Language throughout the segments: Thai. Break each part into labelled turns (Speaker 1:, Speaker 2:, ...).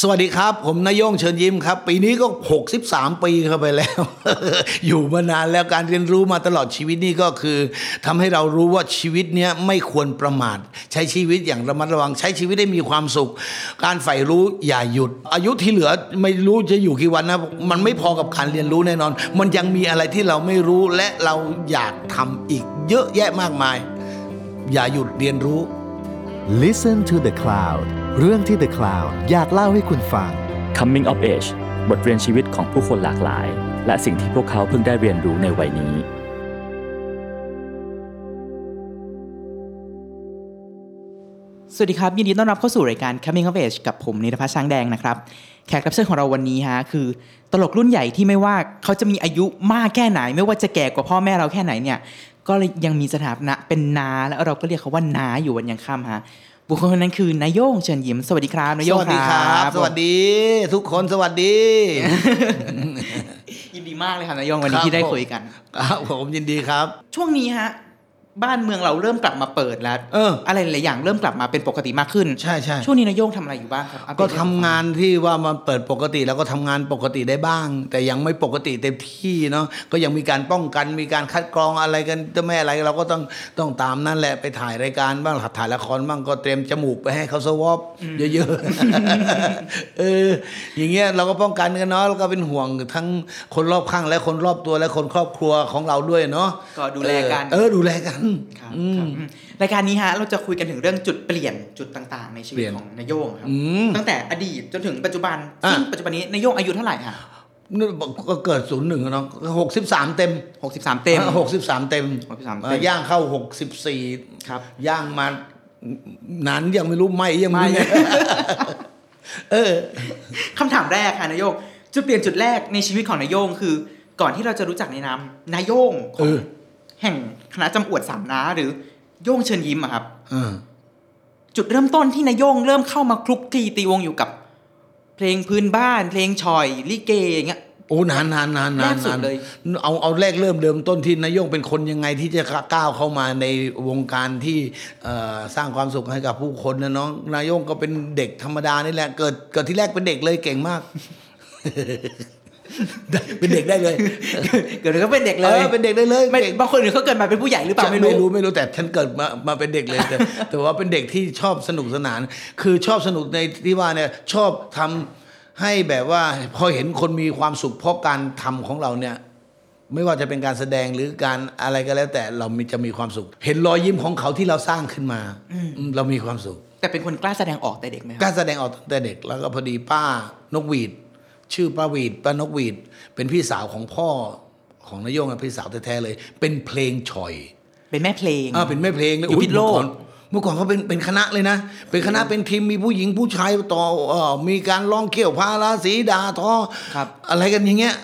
Speaker 1: สวัสดีครับ ผมนายโยงเชิญยิ้มครับ ปีนี้ก็ 63 ปีเข้าไปแล้ว อยู่มานานแล้วการเรียนรู้มาตลอดชีวิตนี่ก็คือทำให้เรารู้ว่าชีวิตเนี้ยไม่ควรประมาท ใช้ชีวิตอย่างระมัดระวังใช้ชีวิตได้มีความสุข การใฝ่รู้อย่าหยุด อายุที่เหลือไม่รู้จะอยู่กี่วันนะมันไม่พอกับการเรียนรู้แน่นอน มันยังมีอะไรที่เราไม่รู้และเราอยากทำอีกเยอะแยะมากมาย อย่าหยุดเรียนรู้
Speaker 2: Listen to the Cloud เรื่องที่ The Cloud อยากเล่าให้คุณฟัง
Speaker 3: Coming of Age บทเรียนชีวิตของผู้คนหลากหลาย และสิ่งที่พวกเขาเพิ่งได้เรียนรู้ในวัยนี้
Speaker 4: สวัสดีครับ ยินดีต้อนรับเข้าสู่รายการ Coming of Age กับผมนิรพัฒน์ช้างแดงนะครับ แขกรับเชิญของเราวันนี้ฮะคือ ตลกรุ่นใหญ่ที่ไม่ว่าเขาจะมีอายุมากแค่ไหน ไม่ว่าจะแก่กว่าพ่อแม่เราแค่ไหนเนี่ย ก็เลยยังมีสถานะเป็นนาแล้วเราก็เรียกเขาว่านาอยู่วันยังค่ำฮะบุคคลคนนั้นคือนายโยงเชิญยิ้มสวัสดีครับนาย
Speaker 1: ส
Speaker 4: โยง
Speaker 1: วัสดีครับ สวัสดี ทุกคนสวัสดี
Speaker 4: ยินดีมากเลยครับนายโยงวันนี้
Speaker 1: ครับ
Speaker 4: ที่ได้
Speaker 1: ผม
Speaker 4: คุยกัน
Speaker 1: ครับผมยินดีครับ
Speaker 4: ช่วงนี้ฮะบ้านเมืองเราเริ่มกลับมาเปิดแล้ว
Speaker 1: เออ
Speaker 4: อะไรหลายอย่างเริ่มกลับมาเป็นปกติมากขึ้น
Speaker 1: ใช่ใช่
Speaker 4: ช่วงนี้นายโยงทำอะไรอยู่บ้างครับอัปเดต
Speaker 1: ก็
Speaker 4: ให้ผม
Speaker 1: ทำ
Speaker 4: ฟั
Speaker 1: งานที่ว่ามันเปิดปกติแล้วก็ทำงานปกติได้บ้าง แต่ยังไม่ปกติเต็มที่เนาะก็ยังมีการป้องกันมีการคัดกรองอะไรกันจะไม่อะไรเราก็ต้องต้องตามนั่นแหละไปถ่ายรายการบ้างถ่ายละครบ้างก็เตรียมจมูกไปให้เขาสวอปเยอะ ๆ เอออย่างเงี้ยเราก็ป้องกันกันเนาะแล้วก็เป็นห่วงทั้งคนรอบข้างและคนรอบตัวและคนครอบครัวของเราด้วยเนาะ
Speaker 4: ก็ดูแลกัน
Speaker 1: เออดูแลกัน
Speaker 4: ครับ
Speaker 1: อื
Speaker 4: ค
Speaker 1: ม
Speaker 4: รับอืมรายการนี้ฮะเราจะคุยกันถึงเรื่องจุดเปลี่ยนจุดต่างๆ ในชีวิ
Speaker 1: เปลี่
Speaker 4: ต
Speaker 1: ยน
Speaker 4: ของนายโยงครับ
Speaker 1: อืม
Speaker 4: ตั้งแต่อดีตจนถึงปัจจุบัน
Speaker 1: อ่ะ
Speaker 4: ซึ่งปัจจุบันนี้นายโยงอายุเท่าไหร่ฮะ
Speaker 1: นี่บอกก็เกิดศูนย์หนึ่งเนาะหกสิบสามเต็ม
Speaker 4: หกสิบสามเต็ม
Speaker 1: หกสิบสามเต็ม
Speaker 4: 63เต็ม
Speaker 1: อ่ะย่างเข้าหกสิบสี่
Speaker 4: ครับ
Speaker 1: ย่างมาหนานยังไม่รู้ไหมยัง ไม่รู้
Speaker 4: ไหม้
Speaker 1: ไงเออ
Speaker 4: คำถามแรกค่ะนายโยงจุดเปลี่ยนจุดแรกในชีวิตของนายโยงคือ ก่อนที่เราจะรู้จักในนามนายโยงข
Speaker 1: เอ
Speaker 4: อง
Speaker 1: อ
Speaker 4: แห่งคณะจำอวดสามน้าหรือโยงเชิญยิ้มอะครับ
Speaker 1: เออ
Speaker 4: จุดเริ่มต้นที่นายโยงเริ่มเข้ามาคลุกคลีตีวงอยู่กับ เพลงพื้นบ้าน เพลงชอยลิเกอย่างเงี้ย
Speaker 1: โอ้นานนานนานนาน
Speaker 4: แรกสุด
Speaker 1: นาน
Speaker 4: เลย
Speaker 1: เอาเอาแรกเริ่มเดิมต้นที่นายโยงเป็นคนยังไงที่จะก้าวเข้ามาในวงการที่เอ่อสร้างความสุขให้กับผู้คนนะน้องนายโยงก็เป็นเด็กธรรมดานี่แหละเกิดเกิดที่แรกเป็นเด็กเลยเก่งมาก เป็นเด็กได้เลย
Speaker 4: เกิดก็เป็นเด็กเล
Speaker 1: เอย อเป็นเด็กได้เลย
Speaker 4: ไม่
Speaker 1: เด็ก
Speaker 4: บางคนอื่นเขาเกิดมาเป็นผู้ใหญ่หรือเปล่า
Speaker 1: จะ
Speaker 4: ไม่
Speaker 1: ไม่
Speaker 4: รู้
Speaker 1: รู้ไม่รู้แต่ฉันเกิดมามาเป็นเด็กเลยแต่ แต่ว่าเป็นเด็กที่ชอบสนุกสนาน คือชอบสนุกในที่ว่าเนี่ยชอบทำให้แบบว่าพอเห็นคนมีความสุขเพราะการทำของเราเนี่ย ไม่ว่าจะเป็นการแสดงหรือการอะไรก็แล้ว แต่เรามีจะมีความสุข เห็นรอยยิ้มของเขาที่เราสร้างขึ้นมาอืมเรามีความสุข
Speaker 4: แต่เป็นคนกล้าแสดงออกแต่เด็กไหม
Speaker 1: การ
Speaker 4: คั
Speaker 1: รแสดงออกตั้งแต่เด็กแล้วก็พอดีป้านกหวีด ชื่อป้าหวีดป้านกหวีด เป็นพี่สาวของพ่อของนายโยงอะพี่สาวแท้ๆเลย เป็นเพลงฉ่อย
Speaker 4: เป็นแม่เพลง
Speaker 1: อ่าเป็นแม่เพลงเลย
Speaker 4: อยู่พิษโลก
Speaker 1: เมื่อก่อนเมื่อก่อนเขาเป็นเป็นคณะเลยนะ เป็นคณะเป็นทีมมีผู้หญิงผู้ชายต่อเอ่อมีการร้องเกี่ยวพาราสีดาทอ
Speaker 4: ครับ
Speaker 1: อะไรกันอย่างเงี้ย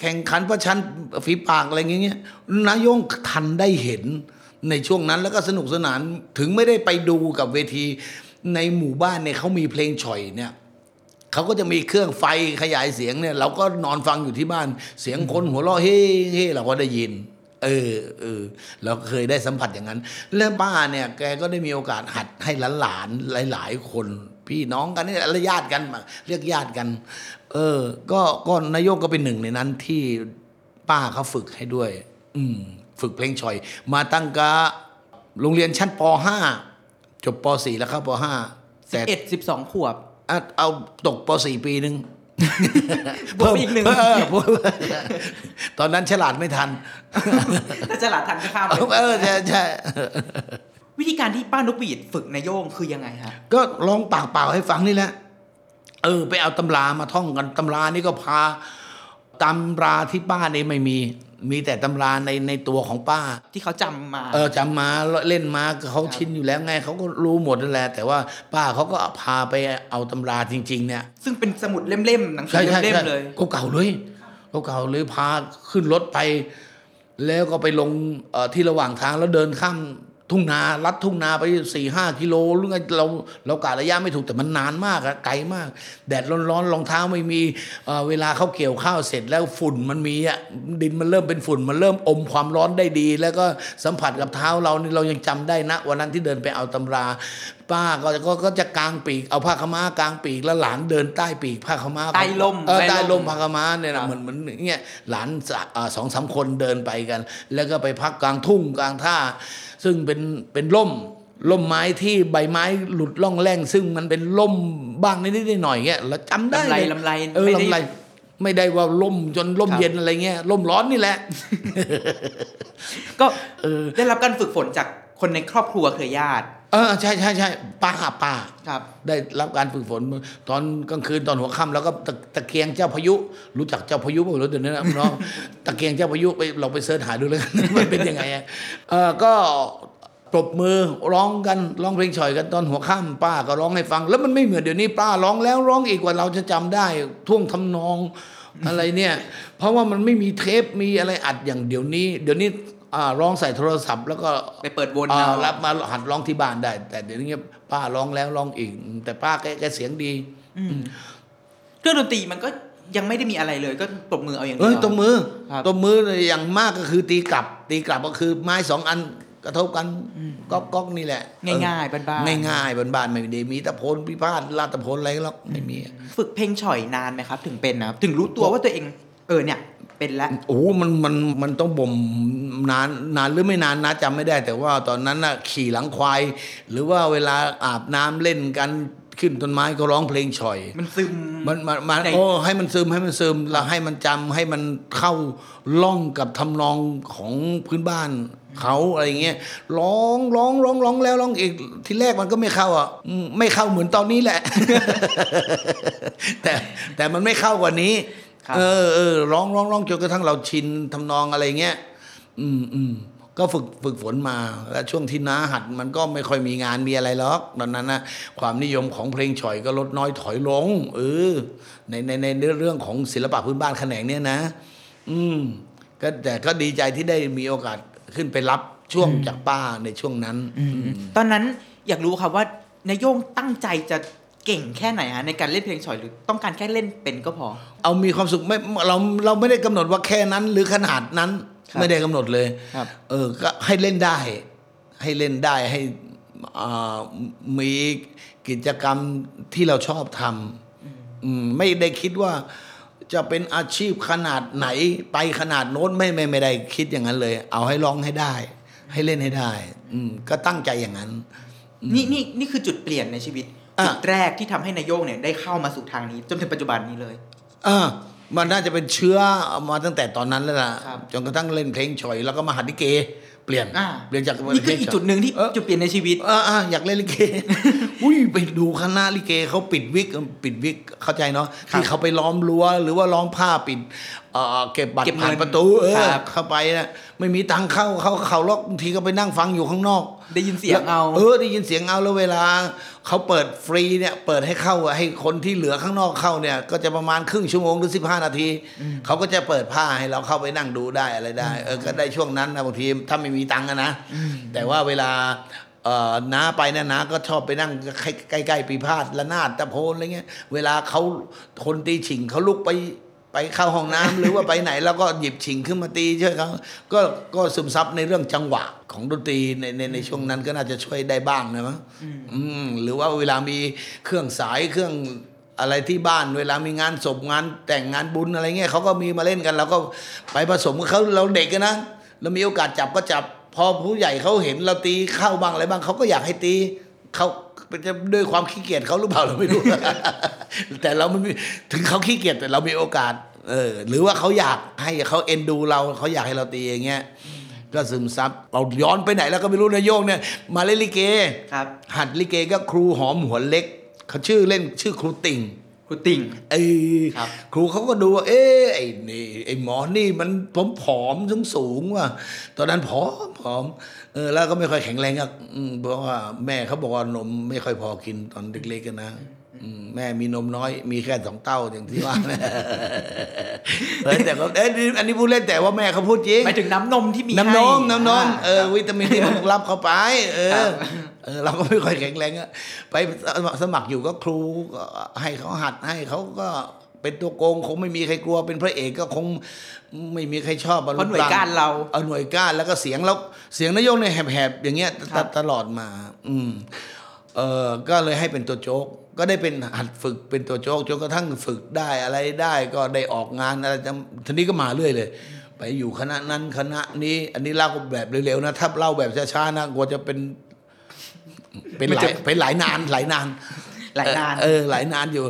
Speaker 1: แข่งขันประชันฝีปากอะไรอย่างเงี้ยนายงทันได้เห็นในช่วงนั้นแล้วก็สนุกสนานถึงไม่ได้ไปดูกับเวทีในหมู่บ้านเนี่ยเขามีเพลงฉ่อยเนี่ย เขาก็จะมีเครื่องไฟขยายเสียงเนี่ย เราก็นอนฟังอยู่ที่บ้าน เสียงคนหัวเราะเฮ้เฮ้เราก็ได้ยิน เออเออเราเคยได้สัมผัสอย่างนั้น แล้วป้าเนี่ยแกก็ได้มีโอกาสหัดให้หลานๆหลาย ๆ คน พี่น้องกันนี่แหละและญาติกันมาเรียกญาติกัน เออ ก็ก็นายโยกก็เป็นหนึ่งในนั้นที่ป้าเขาฝึกให้ด้วย อืม ฝึกเพลงชอย มาตั้งกะโรงเรียนชั้นป .5 จบป .4 แล้วเข้าป .5 แต่
Speaker 4: เอ็ดสิบสองขวบ
Speaker 1: อ่ะเอาตกปสี่ปีหนึ่ง
Speaker 4: บวกไปอีกหนึ่ง
Speaker 1: เเอ เพิ่มตอนนั้นฉลาดไม่ทัน
Speaker 4: แต่ จะหลาดทันก็ข้ามไป
Speaker 1: เออใช่ใช่
Speaker 4: วิธีการที่ป้านกหวีดฝึกนายโยงคือยังไงฮะ
Speaker 1: ก็ร้องปากเปล่าให้ฟังนี่แหละ เออ ไปเอาตำรามาท่องกันตำรานี่ก็พาตำราที่ป้านี่ไม่มี มีแต่ตำราในในตัวของป้า
Speaker 4: ที่เขาจำมา
Speaker 1: เออจำมาเล่นมาเขาชินอยู่แล้วไงเขาก็รู้หมดนั่นแหละแต่ว่าป้าเขาก็พาไปเอาตำราจริง ๆ เนี่ย
Speaker 4: ซึ่งเป็นสมุดเล่มๆหนังสื
Speaker 1: ใช่
Speaker 4: อ
Speaker 1: ใช่
Speaker 4: เล่ม
Speaker 1: ใช่
Speaker 4: ๆเลย
Speaker 1: เก่าๆเลยเก่าๆเลยพาขึ้นรถไป แล้วก็ไปลงเอ่อที่ระหว่างทางแล้วเดินข้ามทุ่งนาลัดทุ่งนาไปสี่ห้ากิโลหรือไงเราเรากะระยะไม่ถูกแต่มันนานมากอะไกลมาก แดดร้อนๆรองเท้าไม่มีเอ่อเวลาเขาเกี่ยวข้าวเสร็จแล้วฝุ่นมันมีอะดินมันเริ่มเป็นฝุ่นมันเริ่มอมความร้อนได้ดี แล้วก็สัมผัสกับเท้าเรานี่เรายังจำได้นะวันนั้นที่เดินไปเอาตำรา ป้าก็จะก็ก็จะกางปีกเอาผ้าขาวม้ากางปีกแล้วหลานเดินใต้ปีกผ้าขาวม้า
Speaker 4: ใต้ร่ม
Speaker 1: เออ
Speaker 4: ใต้
Speaker 1: ใต้
Speaker 4: ร่
Speaker 1: ร่
Speaker 4: ม
Speaker 1: มผ้าขาวม้าเนี่ย
Speaker 4: ครั
Speaker 1: นะ
Speaker 4: บ
Speaker 1: เหมือนเหมือนอย่างเงี้ยหลานสะอ่าสองสามคนเดินไปกัน แล้วก็ไปพักกลางทุ่งกลางท่า ซึ่งเป็นเป็นร่มร่มไม้ที่ใบไม้หลุดล่องแรงซึ่งมันเป็นร่มบ้างนิดๆหน่อยๆเงี้ยเราจำได้
Speaker 4: ลำไร
Speaker 1: เลย
Speaker 4: ลำไร
Speaker 1: เออ
Speaker 4: ไม่ได้
Speaker 1: ลำไรไม่ได้ว่าล่มจนล่ม
Speaker 4: ครับ
Speaker 1: เย็นอะไรเงี้ยล่มร้อนนี่แหละ
Speaker 4: ก็
Speaker 1: เออ
Speaker 4: ได้รับการฝึกฝนจากคนในครอบครัวเครือญาติ
Speaker 1: เออใช่ใช่ใช่ป้าป้า
Speaker 4: ครับ
Speaker 1: ได้รับการฝึกฝนตอนกลางคืนตอนหัวค่ำแล้วก็ตะตะเกียงเจ้าพายุ รู้จักเจ้าพายุป่ะไม่รู้เดี๋ยวนี้นะน้อง ตะเกียงเจ้าพายุไปเราไปเสิร์ชหาดูเลย มันเป็นยังไงอะเออก็ปรบมือร้องกันร้องเพลงฉ่อยกันตอนหัวค่ำป้าก็ร้องให้ฟัง แล้วมันไม่เหมือนเดี๋ยวนี้ป้าร้องแล้วร้องอีกกว่าเราจะจำได้ท่วงทำนอง อะไรเนี่ย เพราะว่ามันไม่มีเทปมีอะไรอัดอย่างเดี๋ยวนี้ เดี๋ยวนี้อ่าร้องใส่โทรศัพท์แล้วก็
Speaker 4: ไปเปิดวน
Speaker 1: อ่า
Speaker 4: เอา
Speaker 1: รับมาหัดร้องที่บ้านได้ แต่เดี๋ยวนี้ป้าร้องแล้วร้องอีก แต่ป้าแกแกเสียงดี
Speaker 4: เครื่องดนตรีมันก็ยังไม่ได้มีอะไรเลยก็ปรบมือเอาอย่าง
Speaker 1: เอ
Speaker 4: เดี
Speaker 1: อ
Speaker 4: ยว
Speaker 1: ตบมือ
Speaker 4: ครับ
Speaker 1: ตบมืออย่างมากก็คือตีกลับ ตีกลับก็คือไม้สองอันกระทบกันก๊อกก๊อกนี่แหละ
Speaker 4: ง่ายๆบ้าน
Speaker 1: ง่ายง่ายๆบ้านๆไม่ได้มีตะโพนพิพาทลาดตะโพนอะไรหรอกไม่มี
Speaker 4: ๆฝึกเพลงฉ่อยนานไหมครับ ถึงเป็นนะครับถึงรู้ตัวว่าตัวเองเออเนี่ย เป็นละ
Speaker 1: โอ้โหมันมันมันต้องบ่มนานนานหรือไม่นานนะจำไม่ได้ แต่ว่าตอนนั้นน่ะขี่หลังควาย หรือว่าเวลาอาบน้ำเล่นกันขึ้นต้นไม้ก็ร้องเพลงฉ่อย
Speaker 4: มันซึม
Speaker 1: มันมันมัน
Speaker 4: แต่
Speaker 1: โอ้ให้มันซึมให้มันซึมแล้วให้มันจำให้มันเข้าล่องกับทำนองของพื้นบ้านเขาอะไรเงี้ยร้องร้องร้องร้องแล้วร้องอีกทีแรกมันก็ไม่เข้าอ่ะอืมไม่เข้าเหมือนตอนนี้แหละ แต่แต่มันไม่เข้ากว่านี้
Speaker 4: ครับ
Speaker 1: เออเออร้องร้องร้องจนกระทั่งเราชินทำนองอะไรเงี้ยอืมอืมก็ฝึกฝึกฝนมา และช่วงที่น้าหัดมันก็ไม่ค่อยมีงานมีอะไรหรอกตอนนั้นนะความนิยมของเพลงฉ่อยก็ลดน้อยถอยลงเออในในในในเรื่องของศิลปะพื้นบ้านแขนงเนี่ยนะ อืมก็แต่ก็ดีใจที่ได้มีโอกาสขึ้นไปรับช่วงจากป้าในช่วงนั้น
Speaker 4: ตอนนั้นอยากรู้ครับว่านายโยงตั้งใจจะเก่งแค่ไหนฮะในการเล่นเพลงฉ่อยหรือต้องการแค่เล่นเป็นก็พอ
Speaker 1: เอามีความสุขไม่เราเราไม่ได้กำหนดว่าแค่นั้น หรือขนาดนั้น
Speaker 4: ครับ
Speaker 1: ไม่ได้กำหนดเลย
Speaker 4: ครับ
Speaker 1: เออก็ให้เล่นได้ ให้เล่นได้ให้อ่ามีกิจกรรมที่เราชอบทำอืมไม่ได้คิดว่าจะเป็นอาชีพขนาดไหนไปขนาดโน้นไม่ไม่ไม่ได้คิดอย่างนั้นเลย เอาให้ร้องให้ได้ ให้เล่นให้ได้ อืมก็ตั้งใจอย่างนั้น
Speaker 4: นี่นี่นี่คือจุดเปลี่ยนในชีวิต
Speaker 1: อ่ะ
Speaker 4: จุดแรกที่ทำให้นายโยงเนี่ยได้เข้ามาสู่ทางนี้ จนถึงปัจจุบันนี้เลย
Speaker 1: เออมันน่าจะเป็นเชื้อมาตั้งแต่ตอนนั้นแล้วล่ะ
Speaker 4: ครับ
Speaker 1: จนกระทั่งเล่นเพลงฉ่อยแล้วก็มาหัดลิเก เปลี่ยน
Speaker 4: อ่า
Speaker 1: เปลี่ยนจาก
Speaker 4: นี่คืออีกจุดหนึ่งที่
Speaker 1: เออ
Speaker 4: จุดเปลี่ยนในชีวิต
Speaker 1: เอออ่ะอยากเล่นลิ เก อุ้ยไปดูคณะลิเกเขาปิดวิกปิดวิกเข้าใจเนาะ
Speaker 4: ครับ
Speaker 1: ที่เขาไปล้อมรั้วหรือว่าล้อมผ้าปิดเอ่อเก็บบัตร
Speaker 4: เก็บเงิน
Speaker 1: ผ่านประตูเอ
Speaker 4: ค
Speaker 1: อ
Speaker 4: รับ
Speaker 1: เข้าไปนะไม่มีตังค์เข้าเขาเขาล็อกบางทีก็ไปนั่งฟังอยู่ข้างนอก
Speaker 4: ได้ยินเสียงเอา
Speaker 1: เออได้ยินเสียงเอาแล้วเวลาเขาเปิดฟรีเนี่ยเปิดให้เข้าอะให้คนที่เหลือข้างนอกเข้าเนี่ย ก็จะประมาณครึ่งชั่วโมงหรือ15 นาที เขาก็จะเปิดผ้าให้เราเข้าไปนั่งดูได้อะไรได้เออก็ได้ช่วงนั้นนะบางทีถ้าไม่มีตังค์อะนะแต่ว่าเวลาเอ่อน้าไปเนะน้าก็ชอบไปนั่งใกล้ๆปีพาดละนาดตะโพนอะไรเงี้ยเวลาเขาคนตีฉิงเขาลุกไปไปเข้าห้องน้ำ หรือว่าไปไหนแล้วก็หยิบฉิงขึ้นมาตีช่วยเขาก็ก็ซึมซับในเรื่องจังหวะของดนตรีในในในช่วงนั้นก็น่าจะช่วยได้บ้างนะมั้งอืมหรือว่าเวลามีเครื่องสายเครื่องอะไรที่บ้าน เวลามีงานศพงานแต่งงานบุญอะไรเงี้ยเขาก็มีมาเล่นกันเราก็ไปผสมกับเขาเราเด็กกันนะเรามีโอกาสจับก็จับ พอผู้ใหญ่เขาเห็นเราตีเข้าบ้างอะไรบ้างเขาก็อยากให้ตีเขาจะด้วยความขี้เกียจเขาหรือเปล่าเราไม่รู้ แต่เราไม่มีถึงเขาขี้เกียจแต่เรามีโอกาส เออ หรือว่าเขาอยากให้เขาเอ็นดูเราเขาอยากให้เราตีอย่างเงี้ยก็ซึมซับเราย้อนไปไหนแล้วก็ไม่รู้นะโยงเนี่ย มาเล่นลิเก
Speaker 4: ครับ
Speaker 1: หัดลิเกก็ครูหอมหัวเล็กเขาชื่อเล่นชื่อครูติ่ง
Speaker 4: ครูติ่ง
Speaker 1: ไอ้
Speaker 4: ครับ
Speaker 1: ครูเขาก็ดูว่าเอ๊ะไอ้นี่ไอ้หมอนี่มันผมผอมสูงสูงๆว่ะตอนนั้นผอมผอมเออแล้วก็ไม่ค่อยแข็งแรงอ่ะอืมเพราะว่าแม่เขาบอกว่านมไม่ค่อยพอกินตอนเด็กๆกันนะอืมแม่มีนมน้อย มีแค่สองเต้าอย่างที่ว่านะ เออแต่ก็เอ๊ะนี่อันนี้พูดเล่นแต่ว่าแม่เขาพูดจริง
Speaker 4: หมายถึงน้ำนมที่มี
Speaker 1: น้ำนม
Speaker 4: ให้
Speaker 1: น้ำนม
Speaker 4: า
Speaker 1: เออ
Speaker 4: ครับ
Speaker 1: วิตามินที่มันรับเข้าไป เอ
Speaker 4: ครั
Speaker 1: อบ เออเราก็ไม่ค่อยแข็งแรงอะไปสมัครอยู่ก็ครูก็ให้เขาหัดให้เขาก็เป็นตัวโกงคงไม่มีใครกลัวเป็นพระเอกก็คงไม่มีใครชอบ
Speaker 4: เพราะหน่วยก้านเรา
Speaker 1: เอาหน่วยก้านแล้วก็เสียงแล้วเสียงนายกเนี่ยแหบๆอย่างเงี้ย
Speaker 4: ครับ
Speaker 1: ตลอดมา อืม เออก็เลยให้เป็นตัวโจ๊ก ก็ได้เป็นหัดฝึกเป็นตัวโจ๊กจนกระทั่งฝึกได้อะไรได้ก็ได้ออกงานอะไรจำทีนี้ก็มาเรื่อยเลย ไปอยู่คณะนั้นคณะนี้ อันนี้เล่าแบบเร็วๆนะ ถ้าเล่าแบบช้าๆนะกลัวจะเป็น เป็นหลายเป็นหลายนานหลายนาน
Speaker 4: หลายนาน
Speaker 1: เออเออหลายนานอยู่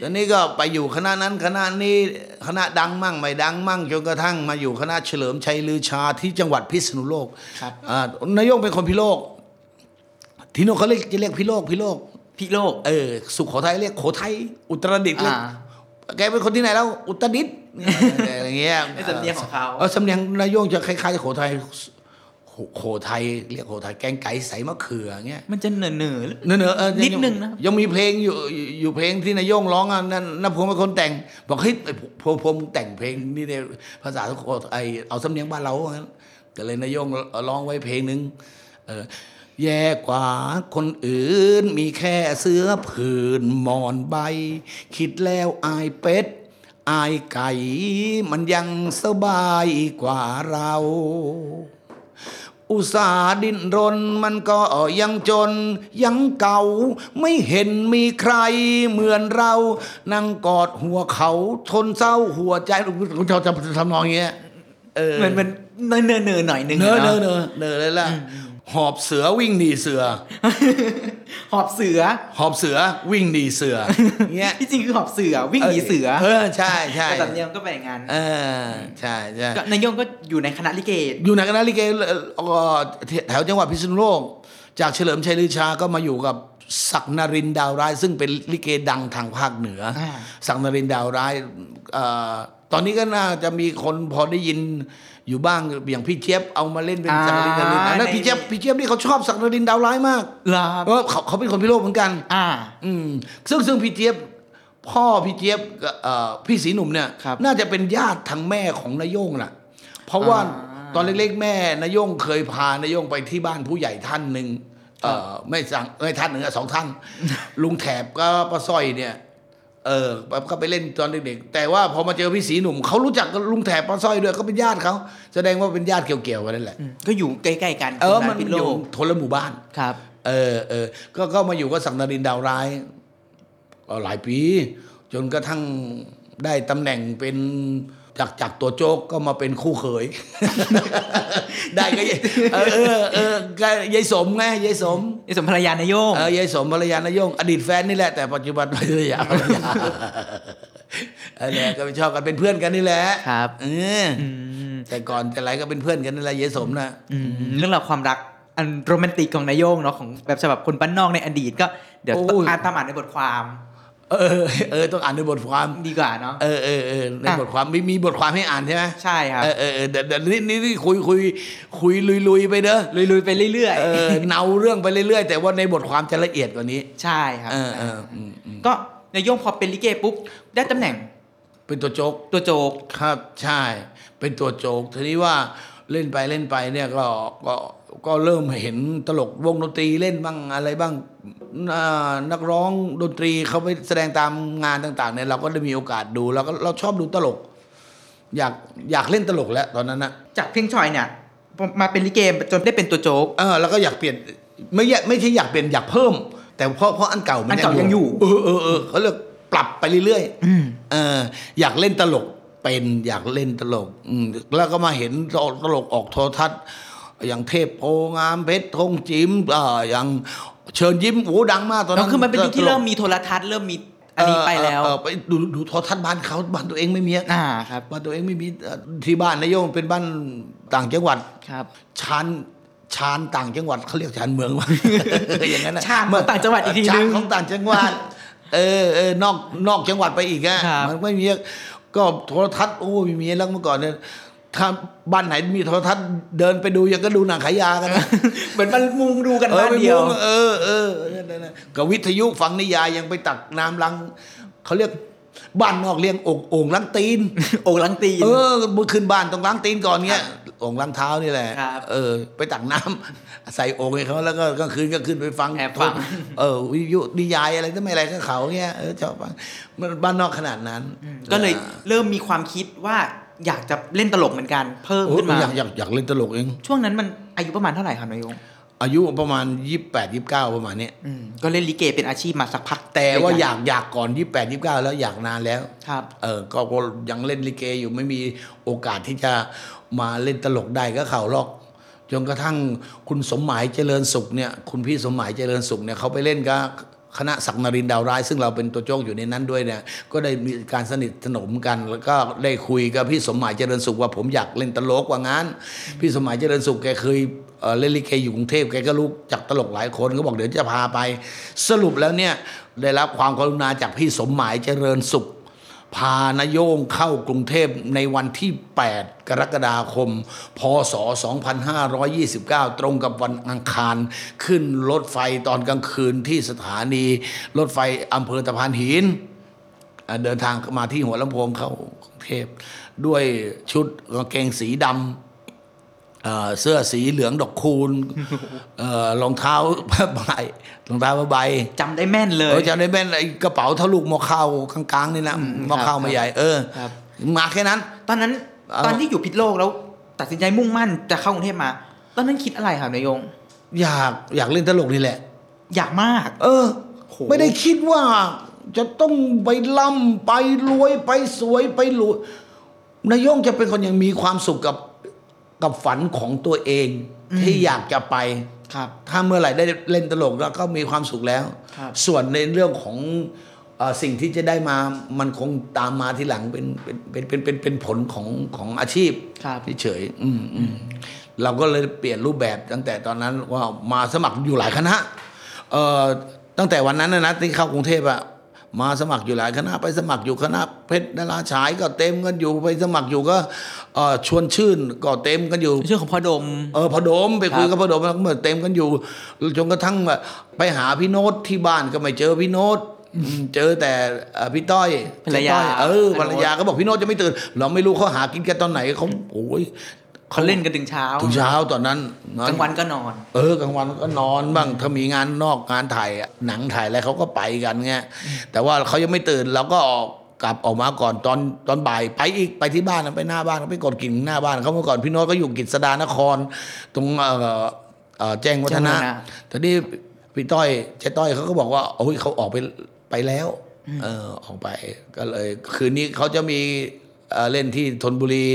Speaker 1: ตอนนี้ก็ไปอยู่คณะนั้นคณะนี้คณะดังมั่งไม่ดังมั่งจนกระทั่งมาอยู่คณะเฉลิมชัยลือชาที่จังหวัดพิษณุโลก
Speaker 4: ครับ
Speaker 1: อ่านายกเป็นคนพิโลก ที่โน้นเขาเรียกจะเรียกพิโลกพิโลก
Speaker 4: พี่โลก
Speaker 1: เออสุโขทัยเรียกโขทัยอุตรดิตถ์เรียก
Speaker 4: อ่า
Speaker 1: แกเป็นคนที่ไหนแล้วอุตรดิตถ์เนี่ย อะไรอย่างเงี้ย
Speaker 4: ไอ้ส ำเนียงของเขา
Speaker 1: เออสำเนียงนายกจะคล้ายๆโขทัยโขโขทัยเรียกโขทัยแกงไก่ใสมะเขืออย่างเงี้ย
Speaker 4: มันจะเหนื่อยเหนื่อย
Speaker 1: เนอะเนอะเออ
Speaker 4: นิ
Speaker 1: ยั
Speaker 4: ดนึงนะ
Speaker 1: ยังมีเพลงอยู่อยู่อยู่เพลงที่นายโยงร้องอ่ะนั่นนพงศ์เป็นคนแต่ง บอกเฮ้ยไอ้พวกผมแต่งเพลงนี่ในภาษาทุกคนไอเอาสำเนียงบ้านเราว่างั้นก็เลยนายโยงร้องไว้เพลงหนึ่งเออแย่กว่าคนอื่น มีแค่เสื้อผืนหมอนใบ คิดแล้วอายเป็ด อายไก่ มันยังสบายกว่าเรา อุตสาห์ดิ้นรนมันก็ยังจน ยังเก่า ไม่เห็นมีใครเหมือนเรา นั่งกอดหัวเขาทนเศร้าหัวใจคุณจะทำนองอย่างเงี้ยเออ
Speaker 4: เหมือนมันเหนื่อยเหนื่อยหน่อยหนึง
Speaker 1: เนอะเนอะ
Speaker 4: เนอะ
Speaker 1: เนอะเนอะเลยล่ะหอบเสือวิ่งหนีเสือ
Speaker 4: หอบเสือ
Speaker 1: หอบเสือวิ่งหนีเสือเงี้ย
Speaker 4: ที่จริงคือหอบเสือวิ่งหนีเสือ
Speaker 1: เออใช่ใช่
Speaker 4: แต่สำเนียงก็ไปอย่างาน
Speaker 1: เออใช่ใช่
Speaker 4: ก็นายโยงก็อยู่ในคณะลิเก
Speaker 1: อยู่ในคณะลิเกเอ่อเอ่อแถวจังหวัดพิษณุโลก จากเฉลิมชัยลือชาก็มาอยู่กับศักดิ์นรินทร์ดาวร้าย ซึ่งเป็นลิเกดังทางภาคเหนืออา ศักดิ์นรินทร์ดาวร้ายเอ่อตอนนี้ก็น่าจะมีคนพอได้ยินอยู่บ้างอย่างพี่เจี๊ยบเอามาเล่นเป็นศักดิ์นรินทร์ดาวร้ายอันนั้นพี่เจี๊ยบพี่เจี๊ยบนี่เขาชอบศักดิ์นรินทร์ดาวร้ายมาก
Speaker 4: เหรอ
Speaker 1: เพราะเขาเขาเป็นคนพิโรธเหมือนกัน
Speaker 4: อ่า
Speaker 1: อืมซึ่งซึ่งพี่เจี๊ยบพ่อพี่เจี๊ยบกับเอ่อพี่ศรีหนุ่มเนี่ย
Speaker 4: ครับ
Speaker 1: น่าจะเป็นญาติทางแม่ของนายโยงน่ะ เพราะว่า
Speaker 4: อ่า
Speaker 1: ตอนเล็กๆ แม่นายโยงเคยพานายโยงไปที่บ้านผู้ใหญ่ท่านหนึ่งเอ่อไม่สั่งไม่ท่านหนึ่งอะสอง ท่าน ลุงแถบก็ป้าสร้อยเนี่ย เออก็ไปเล่นตอนเด็กๆ แต่ว่าพอมาเจอพี่ศรีหนุ่มเขารู้จักกับลุงแถบป้าสร้อยด้วยก็เป็นญาติเขาแสดงว่าเป็นญาติเกี่ยวๆกันนั่นแหละ
Speaker 4: ก็อยู่ใกล้ๆกัน
Speaker 1: เออ
Speaker 4: ค
Speaker 1: มัน
Speaker 4: ละ
Speaker 1: อ
Speaker 4: พิษโล
Speaker 1: ยู่
Speaker 4: ก
Speaker 1: ทนละหมู่บ้าน
Speaker 4: ครับ
Speaker 1: เออเออก็ก็มาอยู่กับสังนารินทร์ดาวร้ายก็หลายปี จนกระทั่งได้ตำแหน่งเป็นจากจากตัวโจ๊กก็มาเป็นคู่เขย ได้ก็ยายเออเออเออก็ยายสมไงยายสม
Speaker 4: ในสมภรรยานายโยง
Speaker 1: เออยายสมภรรยานายโยง อดีตแฟนนี่แหละแต่ปัจจุบันภรรยาภรรยา เออแหละก็ไปชอบกันเป็นเพื่อนกันนี่แหละ
Speaker 4: ครับ
Speaker 1: เอออแต่ก่อนแต่ไรก็เป็นเพื่อนกันนี่แหละยายสมนะ
Speaker 4: อืมเรื่องราวความรักอันโรแมนติกของนายโยงเนาะของแบบฉบับคนบ้านนอกในอดีตก็เดี๋ยวต้องอ่านตามอ่านในบทความ
Speaker 1: เออเออต้องอ่านในบทความ
Speaker 4: ดีกว่าเนาะ
Speaker 1: เออเออเออใน
Speaker 4: อ่ะ
Speaker 1: บทความมีมีบทความให้อ่านใช่ไหม
Speaker 4: ใช่ครับ
Speaker 1: เออเออเออเดี๋ยวเดี๋ยวนี่นี่นี่คุยคุยคุยลุยลุยไปเด้อ
Speaker 4: ลุยๆไปเรื่อย
Speaker 1: เออเนาเรื่องไปเรื่อยๆ แต่ว่าในบทความจะละเอียดกว่านี้
Speaker 4: ๆใช่ครับ
Speaker 1: เออเอออืมอืม
Speaker 4: ก็นายโยงพอเป็นลิเกปุ๊บได้ตำแหน่ง
Speaker 1: เป็นตัวโจ๊ก
Speaker 4: ตัวโจก
Speaker 1: ครับใช่ เป็นตัวโจ๊กทีนี้ว่าเล่นไปเล่นไปเนี่ยก็ก็ก็เริ่มเห็นตลกวงดนตรีเล่นบ้างอะไรบ้างอ่านักร้องดนตรีเขาไปแสดงตามงานต่างๆเนี่ยเราก็ได้มีโอกาสดูแล้วก็เราชอบดูตลก อยากอยากเล่นตลกแล้วตอนนั้นนะ
Speaker 4: จากเพ่งชอยเนี่ยมาเป็นลิเกจนได้เป็นตัวโจ๊ก
Speaker 1: เออแล้วก็อยากเปลี่ยนไม่อยากไม่ใช่อยากเปลี่ยนอยากเพิ่ม แต่เพราะเพราะอันเก่ามั
Speaker 4: อั
Speaker 1: น
Speaker 4: นเก่ายังอยู่
Speaker 1: เออเออเออเขาเรียกปรับไปเรื่อยๆ
Speaker 4: อืม
Speaker 1: เอออยากเล่นตลกเป็นอยากเล่นตลกอืมแล้วก็มาเห็นตลกออกโทรทัศน์ อย่างเทพโพงามเพชรธงจิมเอ่ออย่างเชิญยิ้มโอ้ดังมากตอน
Speaker 4: แล้
Speaker 1: นั้
Speaker 4: วน คือมันเป็นยุค
Speaker 1: ต
Speaker 4: ที่
Speaker 1: ลก
Speaker 4: เริ่มมีโทรทัศน์เริ่มมีอันนี้ไปแล้ว
Speaker 1: เออเออไปดูดูโทรทัศน์บ้านเขาบ้านตัวเองไม่มี
Speaker 4: อ่าครับ
Speaker 1: บ้านตัวเองไม่มีเอ่อที่บ้านนายโยงเป็นบ้านต่างจังหวัด
Speaker 4: ครับ
Speaker 1: ชานชานต่างจังหวัดเขาเรียกชานเมืองว ะ อย่างนั้นนะ
Speaker 4: ชานของต่างจังหวัดอีกทีนึง
Speaker 1: ชานของต่างจังหวัด เออเออนอกนอกจังหวัดไปอีกอะ
Speaker 4: ครับ
Speaker 1: มันไม่มีก็โทรทัศน์โอ้ยมีแล้วเมื่อก่อนเนี่ยถ้าบ้านไหนมีโทรทัศน์เดินไปดูยังก็ดูหนังขายยากันนะ
Speaker 4: เหมือนมันมุงดูกัน
Speaker 1: เออ
Speaker 4: บ้าน
Speaker 1: ไป
Speaker 4: เดียว
Speaker 1: มุงเออเออนั่นๆๆกับวิทยุฝังนิยายยังไปตักน้ำล้างเขาเรียกบ้านนอกเรียงโอ่งโอ่งล้างตีน
Speaker 4: โอ่งลังตีน
Speaker 1: เออมือขึ้นบ้านต้องล้างตีนก่อนเงี้ยโองล้างเท้านี่แหละ
Speaker 4: ครับ
Speaker 1: เออ ไปตักน้ำ ใส่โองให้เขาแล้วก็กลางคืนก็ขึ้นไปฟัง
Speaker 4: แอบฟัง
Speaker 1: เออวิทยุนิยายอะไรก็ไม่อะไรก็เขาเงี้ยเออชอบฟังมันบ้านนอกขนาดนั้น
Speaker 4: ก็เลยเริ่มมีความคิดว่าอยากจะเล่นตลกเหมือนกันเพิ่ม
Speaker 1: โอ้ย
Speaker 4: ขึ้นมา
Speaker 1: อยากอยากอยากเล่นตลกเอง
Speaker 4: ช่วงนั้นมันอายุประมาณเท่าไหร่ครับนายยง
Speaker 1: อายุประมาณยี่แปดยี่เก้าประมาณเนี้ย
Speaker 4: อืมก็เล่นลิเกเป็นอาชีพมาสักพัก
Speaker 1: แต่ว่าอยากอยากก่อนยี่แปดยี่เก้าแล้วอยากนานแล้ว
Speaker 4: ครับ
Speaker 1: เออก็ก็ยังเล่นลิเกอยู่ไม่มีโอกาสที่จะมาเล่นตลกได้ก็เข่าลอกจนกระทั่งคุณสมหมายเจริญสุขเนี่ยคุณพี่สมหมายเจริญสุขเนี่ยเขาไปเล่นกับคณะศักดิ์นรินทร์ดาวร้าย ซึ่งเราเป็นตัวโจ๊กอยู่ในนั้นด้วยเนี่ยก็ได้มีการสนิทสนมกัน แล้วก็ได้คุยกับพี่สมหมายเจริญสุขว่าผมอยากเล่นตลกว่างั้น พี่สมหมายเจริญสุขแกเคยเอ่อเล่นลิเกอยู่กรุงเทพแกก็รู้จากตลกหลายคนก็บอกเดี๋ยวจะพาไป สรุปแล้วเนี่ยได้รับความกรุณาจากพี่สมหมายเจริญสุข พานโยงเข้ากรุงเทพในวันที่ 8 กรกฎาคม พศ 2529 ตรงกับวันอังคาร ขึ้นรถไฟตอนกลางคืนที่สถานี รถไฟอำเภอตะพานหินอ่าเดินทางมาที่หัวลำโพงเข้ากรุงเทพด้วยชุดกางเกงสีดำ เอ่อเสื้อสีเหลืองดอกคูณเอ่อรองเท้า ผ้าใบรองเท้าผ้าใบ
Speaker 4: จำได้แม่นเล
Speaker 1: เอย อจะได้แม่นไอ้กระเป๋าทะลุหมอเข้าวกลางๆนี่นะ
Speaker 4: อืม
Speaker 1: หมอเข้าว
Speaker 4: ครับ
Speaker 1: ไม่ใหญ่เออ
Speaker 4: ครับ
Speaker 1: มาแค่นั้น
Speaker 4: ตอนนั้น
Speaker 1: เอา
Speaker 4: ตอนที่อยู่พิษโลกแล้ว ตัดสินใจมุ่งมั่นจะเข้ากรุงเทพมา ตอนนั้นคิดอะไรครับนายยง
Speaker 1: อยากอยากเล่นตลกนี่แหละ
Speaker 4: อยากมาก
Speaker 1: เออ
Speaker 4: โห
Speaker 1: ไม่ได้คิดว่า จะต้องไปล่ำไปรวยไปสวยไปหรูนายโยงจะเป็นคนยังมีความสุขกับกับฝันของตัวเอง ที่อยากจะไป
Speaker 4: ครับ
Speaker 1: ถ้าเมื่อไหร่ได้เล่นตลกแล้วก็มีความสุขแล้ว
Speaker 4: ครับ
Speaker 1: ส่วนในเรื่องของเอ่อสิ่งที่จะได้มามันคงตามมาทีหลังเป็นเป็นเป็นเป็นเป็นเป็นผลของของอาชีพ
Speaker 4: ครับ
Speaker 1: เฉยๆอืมอืมเราก็เลยเปลี่ยนรูปแบบตั้งแต่ตอนนั้นว่ามาสมัครอยู่หลายคณะเอ่อตั้งแต่วันนั้นนะนะที่เข้ากรุงเทพอะมาสมัครอยู่หลายคณะ ไปสมัครอยู่คณะเพชรดาราฉายก็เต็มกันอยู่ไปสมัครอยู่ก็เอ่อชวนชื่นก็เต็มกันอยู่
Speaker 4: ชื่อของพ่อดม
Speaker 1: เออพอโดมไปคุย
Speaker 4: ครั
Speaker 1: กับบ พอโดมแล้วก็เหมือนเต็มกันอยู่จนกระทั่งแบบไปหาพี่โน้ตที่บ้านก็ไม่เจอพี่โน้ตอืมเจอแต่เอ่อพี่ต้อย
Speaker 4: ภรรยา
Speaker 1: เจ๊ต้อเออ
Speaker 4: พี่
Speaker 1: ภ
Speaker 4: โน้ต
Speaker 1: รรยาก็บอกพี่โน้ตจะไม่ตื่น เราไม่รู้เขาหากินกันตอนไหนเขาโอ้ย
Speaker 4: เขาเล่นกันถึงเช้า
Speaker 1: ถึงเช้าตอนนั้น
Speaker 4: กลางวันก็นอน
Speaker 1: เออกลางวันก็นอนบ้างถ้ามีงานนอกงานถ่ายหนังถ่ายอะไรเขาก็ไปกันเงี้ยแต่ว่าเขายังไม่ตื่นเราก็ออกกลับออกมาก่อนตอนตอนบ่ายไปอีกไปที่บ้านไปหน้าบ้านไปกดกิ่งหน้าบ้านเขาเมื่อก่อนพี่โน้ตก็อยู่กิจสดานคร ตรงเอ่อเอ่อแจ้งวัฒนะ
Speaker 4: แจ้งวัฒนะ
Speaker 1: ทีนี้พี่ต้อยเจ๊ต้อยเขาก็บอกว่าโอ้ยเขาออกไปไปแล้วเออออกไปก็เลย คืนนี้เขาจะมีเอ่อเล่นที่ธนบุรี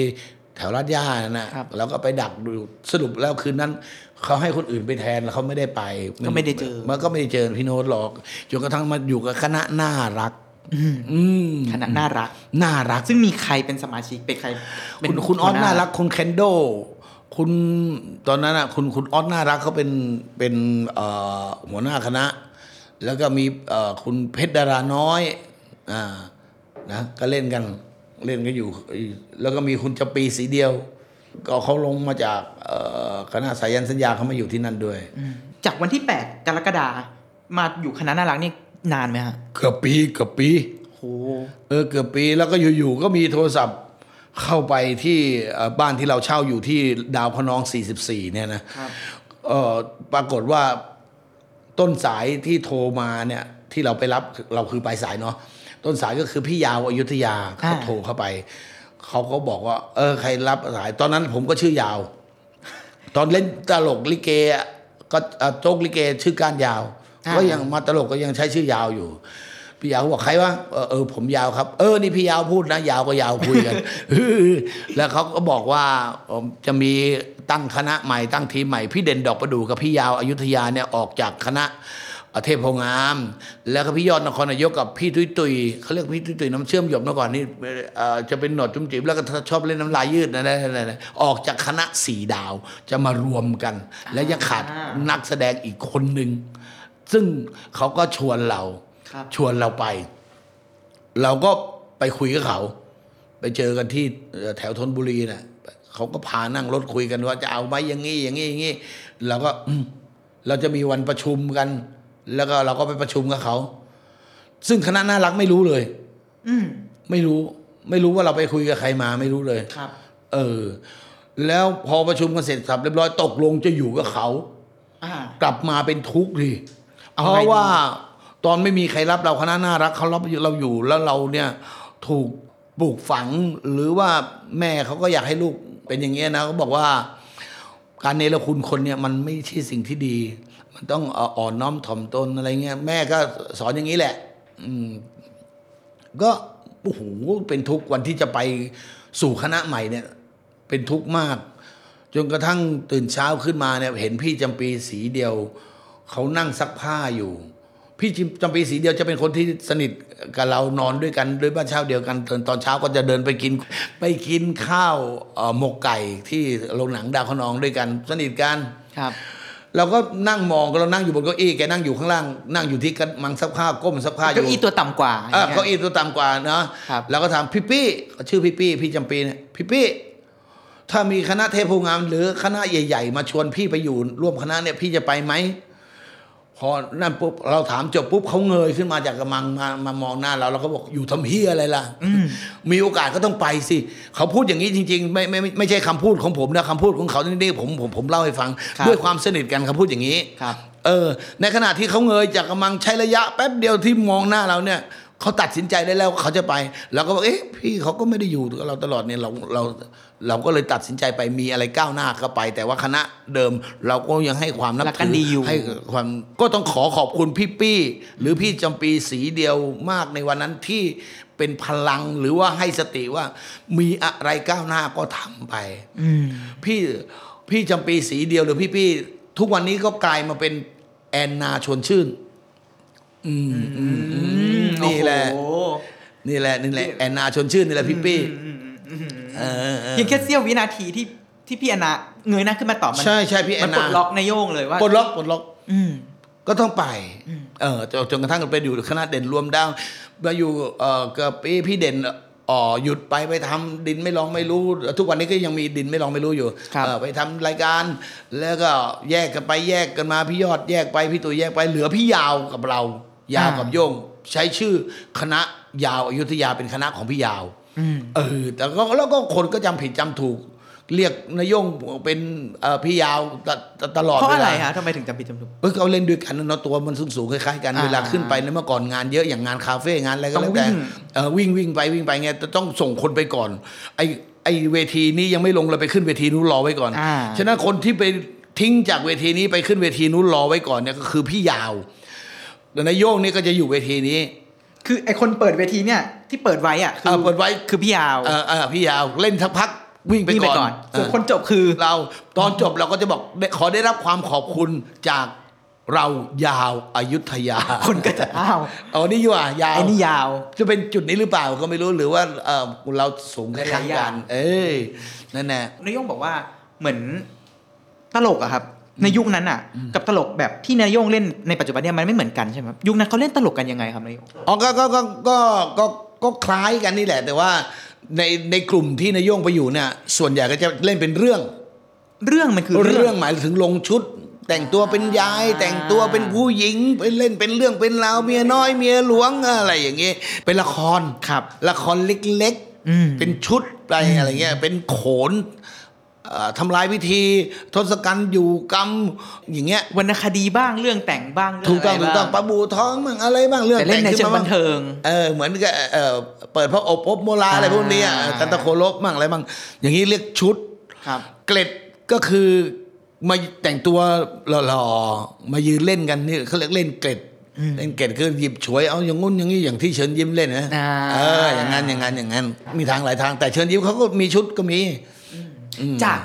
Speaker 1: แถวลาดย่านะ
Speaker 4: ครับ
Speaker 1: แล้วก็ไปดักดูสรุปแล้วคืนนั้นเขาให้คนอื่นไปแทนแล้วเขาไม่ได้ไป
Speaker 4: ก็ไม่ได้เจอ
Speaker 1: มันก็ไม่ได้เจอพี่โน้ตหรอกจนกระทั่งมาอยู่กับคณะน่ารัก อืม
Speaker 4: ขณะน่ารัก
Speaker 1: น่ารัก
Speaker 4: ซึ่งมีใครเป็นสมาชิกเป็นใครเป็น
Speaker 1: คุณคุณออส
Speaker 4: หัวห
Speaker 1: น่ารักคุณเคนโด คุณตอนนั้นอ่ะคุณคุณออสน่ารักเขาเป็นเป็นเอ่อหัวหน้าคณะ แล้วก็มีเอ่อคุณเพชรดาราน้อยอ่านะก็เล่นกันเล่นกันอยู่ แล้วก็มีคุณจะปีสีเดียว ก็เขาลงมาจากเอ่อคณะสายันสัญญาเขามาอยู่ที่นั่นด้วย
Speaker 4: จากวันที่ 8 กรกฎามาอยู่คณะน่ารักเนี่ยนานไหมฮะ
Speaker 1: เกือบปีเกือบปี
Speaker 4: โห
Speaker 1: เออเกือบปีแล้วก็อยู่ๆก็มีโทรศัพท์เข้าไปที่เอ่อบ้านที่เราเช่าอยู่ที่ดาวพะนอง 44 เนี่ยนะครับ เออปรากฏว่าต้นสายที่โทรมาเนี่ยที่เราไปรับเราคือปลายสายเนาะต้นสายก็คือพี่ยาวอยุธยาเขาโทรเข้าไป เขาก็บอกว่า เออ ใครรับสาย ตอนนั้นผมก็ชื่อยาว ตอนเล่นตลกลิเกอะก็เอ่อโจ๊กลิเกชื่อก้านยาว
Speaker 4: อ่า
Speaker 1: ก็ยังมาตลกก็ยังใช้ชื่อยาวอยู่ พี่ยาวบอกใครวะเออเออผมยาวครับ เออนี่พี่ยาวพูดนะ ยาวก็ยาวคุยกัน ฮือแล้วเขาก็บอกว่าเอิ่มจะมีตั้งคณะใหม่ตั้งทีมใหม่พี่เด่นดอกประดู่กับพี่ยาวอยุธยาเนี่ยออกจากคณะเอ่อเทพโพงาม แล้วก็พี่ยอดนครนายกกับพี่ตุยตุยเขาเรียกพี่ตุยตุยน้ำเชื่อมหยดเมื่อก่อนนี่เอ่อจะเป็นหนวดจุ้มจิ๋มแล้วก็ชอบเล่นน้ำลายยืดนะนะนะนะออกจากคณะสี่ดาวจะมารวมกัน และยังขาด
Speaker 4: อ่า
Speaker 1: นักแสดงอีกคนหนึ่ง ซึ่งเขาก็ชวนเรา
Speaker 4: ครับ
Speaker 1: ชวนเราไป เราก็ไปคุยกับเขา ไปเจอกันที่เอ่อแถวธนบุรีน่ะเขาก็พานั่งรถคุยกันว่าจะเอาไหมอย่างงี้อย่างงี้อย่างงี้เราก็อืมเราจะมีวันประชุมกัน แล้วก็เราก็ไปประชุมกับเขา ซึ่งคณะน่ารักไม่รู้เลย
Speaker 4: อืม
Speaker 1: ไม่รู้ ไม่รู้ว่าเราไปคุยกับใครมา ไม่รู้เลย
Speaker 4: ครับ
Speaker 1: เออ แล้วพอประชุมกันเสร็จสับเรียบร้อยตกลงจะอยู่กับเขา
Speaker 4: อ่า
Speaker 1: กลับมาเป็นทุกข์ดิ
Speaker 4: เอา
Speaker 1: เพ
Speaker 4: ไงดี
Speaker 1: ราะว่าตอนไม่มีใครรับเราคณะน่ารักเขารับเราอยู่แล้วเราเนี่ยถูกปลูกฝังหรือว่าแม่เขาก็อยากให้ลูกเป็นอย่างเงี้ยนะเขาบอกว่า การเนรคุณคนเนี่ยมันไม่ใช่สิ่งที่ดี มันต้องเอาอ่อนน้อมถ่อมตนอะไรเงี้ยแม่ก็สอนอย่างนี้แหละ อืม ก็โอ้โหเป็นทุกข์วันที่จะไปสู่คณะใหม่เนี่ย เป็นทุกข์มาก จนกระทั่งตื่นเช้าขึ้นมาเนี่ย เห็นพี่จำปีสีเดียว เขานั่งซักผ้าอยู่ พี่จำปีสีเดียวจะเป็นคนที่สนิทกับเรานอนด้วยกันด้วยบ้านเช่าเดียวกันตอนตอนเช้าก็จะเดินไปกิน ไปกินข้าวเอ่อหมกไก่ที่โรงหนังดาวขนองด้วยกัน สนิทกัน
Speaker 4: ครับ
Speaker 1: เราก็นั่งมองเรานั่งอยู่บนเก้าอี้แกนั่งอยู่ข้างล่างนั่งอยู่ที่กระมังซักผ้าก้มซักผ้าอยู่
Speaker 4: เก้าอี้ตัวต่ำกว่า
Speaker 1: เออย่าง
Speaker 4: งี้ย
Speaker 1: เก้าอี้ตัวต่ำกว่าเนาะ
Speaker 4: ครับ
Speaker 1: เราก็ถามพี่ปี้เขาชื่อพี่ปี้พี่จำปีเนี่ยพี่ปี้ถ้ามีคณะเทพโพงาม หรือคณะใหญ่ ๆ มาชวนพี่ไปอยู่ร่วมคณะเนี่ยพี่จะไปไหมพอนั่นปุ๊บเราถามจบปุ๊บเขาเงยขึ้นมาจากกระมังมามามองหน้าเราเราก็บอกอยู่ทำเฮียอะไรล่ะมีโอกาสก็ต้องไปสิเขาพูดอย่างนี้จริง ๆ ไม่ไม่ไม่ไม่ใช่คำพูดของผมนะคำพูดของเขานี่ๆผมผมผมเล่าให้ฟัง
Speaker 4: ครับ
Speaker 1: ด้วยความสนิทกันเขาพูดอย่างนี้
Speaker 4: ครับ
Speaker 1: เออ ในขณะที่เขาเงยจากกำลังใช้ระยะแป๊บเดียวที่มองหน้าเราเนี่ยเขาตัดสินใจได้แล้วเขาจะไปเราก็บอกเอ๊ะพี่เขาก็ไม่ได้อยู่กับเราตลอดเนี่ยเราเราเราก็เลยตัดสินใจไปมีอะไรก้าวหน้าก็ไป แต่ว่าคณะเดิมเราก็ยังให้ความนับ
Speaker 4: รักกั
Speaker 1: ถื
Speaker 4: นดีอยู่
Speaker 1: ให้ความก็ต้องขอขอบคุณพี่ปี้ หรือพี่จำปีสีเดียวมากในวันนั้นที่เป็นพลังหรือว่าให้สติว่ามีอะไรก้าวหน้าก็ทำไป
Speaker 4: อืม
Speaker 1: พี่พี่จำปีสีเดียวหรือพี่พี่ทุกวันนี้ก็กลายมาเป็นแอนนาชวนชื่น อืมอืมอืมนี่แหละ
Speaker 4: โอ้โ
Speaker 1: นี่แหละนี่แหละแอนนาชวนชื่นนี่แหละพี่พี่เออเออ
Speaker 4: หเพียงแค่เสี้ยววินาทีที่ที่พี่แอนนาเงยหน้าขึ้นมาตอบมั
Speaker 1: ใช่ใช่พี่แอน
Speaker 4: มัน
Speaker 1: นามั
Speaker 4: ปลดล็อกนายโยงเลยว่า
Speaker 1: ปลดล็อกปลดล็อก
Speaker 4: อืม
Speaker 1: ก็ต้องไป เออจนจนกระทั่งไปอยู่คณะเด่นรวมดาวมาอยู่เออกับพี่พี่เด่นอ๋อหยุดไปไปทำดินไม่ลองไม่รู้ ทุกวันนี้ก็ยังมีดินไม่ลองไม่รู้อยู่
Speaker 4: ครับ
Speaker 1: เออไปทำรายการ แล้วก็แยกกันไปแยกกันมาพี่ยอดแยกไปพี่ตู่แยกไปเหลือพี่ยาวกับเรา ยาวกับโยง ใช้ชื่อคณะยาวอยุธยาเป็นคณะของพี่ยาว
Speaker 4: อืม
Speaker 1: เออแต่ก็แล้วก็คนก็จำผิดจำถูก เรียกนายโยงเป็นเอ่อพี่ยาวตตตลอด
Speaker 4: เพราะ
Speaker 1: วล
Speaker 4: อะไรฮะทำไมถึงจำผิดจำถูก
Speaker 1: เออเขาเล่นด้วยกันเนาะตัวมันสูงสูงๆคล้ายๆกัน
Speaker 4: อ่า
Speaker 1: เวลาขึ้นไปเนี่ยเมื่อก่อนงานเยอะอย่างงานคาเฟ่งานอะไรก็
Speaker 4: ต้
Speaker 1: แล้
Speaker 4: อ
Speaker 1: ว
Speaker 4: ง
Speaker 1: แต่
Speaker 4: วิ่ง
Speaker 1: เออวิ่งวิ่งไปวิ่งไปไงแต่ต้องส่งคนไปก่อนไอไอเวทีนี้ยังไม่ลงเราไปขึ้นเวทีนู้นรอไว้ก่อน
Speaker 4: อ่า
Speaker 1: ฉะนั้นคนที่ไปทิ้งจากเวทีนี้ไปขึ้นเวทีนู้นรอไว้ก่อนเนี่ยก็คือพี่ยาวแล้วนายโยงนี่ก็จะอยู่เวทีนี้
Speaker 4: คือไอคนเปิดเวทีเนี่ย ที่เปิดไว้อ่ะคื
Speaker 1: เออเปิดไว้
Speaker 4: คือพี่ยาว
Speaker 1: เออเออพี่ยาวเล่นทักพักวิ่งไป
Speaker 4: พี่
Speaker 1: ก่อนเอ
Speaker 4: ส่วน
Speaker 1: อ
Speaker 4: คนจบคือ
Speaker 1: เราตอนจบเราก็จะบอกได้ขอได้รับความขอบคุณจากเรายาวอายุทยา
Speaker 4: คนก็จะอ้าว
Speaker 1: เอานี่อยู่อ่ะยาว
Speaker 4: ไอนี่ยาว
Speaker 1: จะเป็นจุดนี้หรือเปล่าก็ไม่รู้หรือว่าเออเราสูงแค่
Speaker 4: ห
Speaker 1: กั
Speaker 4: ลายๆอย่าง
Speaker 1: นเอ้ยนั่นแหละ
Speaker 4: นายโยงบอกว่าเหมือนตลกอะครับ ในยุคนั้นอะกับตลกแบบที่นายโยงเล่นในปัจจุบันเนี่ยมันไม่เหมือนกันใช่ไหมครับยุคนั้นเขาเล่นตลกกันยังไงครับนายโยง
Speaker 1: อ๋อก็ก็ก็ก็ก็ก็คล้ายกันนี่แหละ แต่ว่าในในกลุ่มที่นายโยงไปอยู่เนี่ยส่วนใหญ่ก็จะเล่นเป็นเรื่อง
Speaker 4: เรื่องมันคือ
Speaker 1: เรื่องหมายถึงลงชุด แต่งตัวเป็นยาย
Speaker 4: อ่า
Speaker 1: แต่งตัวเป็นผู้หญิงไปเล่นเป็นเรื่องเป็นราวเมียน้อยเมียหลวงอะไรอย่างเงี้ยเป็นละคร
Speaker 4: ครับ
Speaker 1: ละครเล็ก
Speaker 4: อืม
Speaker 1: เป็นชุดไปอะไรเงี้ย เป็นโขนเอ่อทำลายวิธีทศกัณฐ์อยู่กรรมอย่างเงี้ยว
Speaker 4: รรณคดีบ้างเรื่องแต่งบ้างเรื่
Speaker 1: ถูกต้อง
Speaker 4: ะไร
Speaker 1: ถูกต้องป
Speaker 4: บ้า
Speaker 1: ลาบูท้องมั่งอะไรบ้างเรื่อง
Speaker 4: แต่เล่นใน
Speaker 1: ขึ้
Speaker 4: เชิง
Speaker 1: มา
Speaker 4: บันเทิง
Speaker 1: เออเหมือนกับเออเปิดพระอบพบโมลาอะไรพวกเนี้ย
Speaker 4: อ่า
Speaker 1: กันตะโคลบมั่งอะไรมั่งอย่างนี้เรียกชุด
Speaker 4: ครับ
Speaker 1: เกล็ดก็คือมาแต่งตัวหล่อๆมายืนเล่นกันนี่เขาเรียกเล่นเกล็ดเล่นเกล็ดคือหยิบฉวยเอาอย่างงุ้นอย่างนี้อย่างที่เชิญยิ้มเล่นนะ
Speaker 4: อ่า
Speaker 1: เอออย่างนั้นอย่างนั้นอย่างนั้น มีทางหลายทางแต่เชิญยิ้มเขาก็มีชุดก็มี
Speaker 4: จาก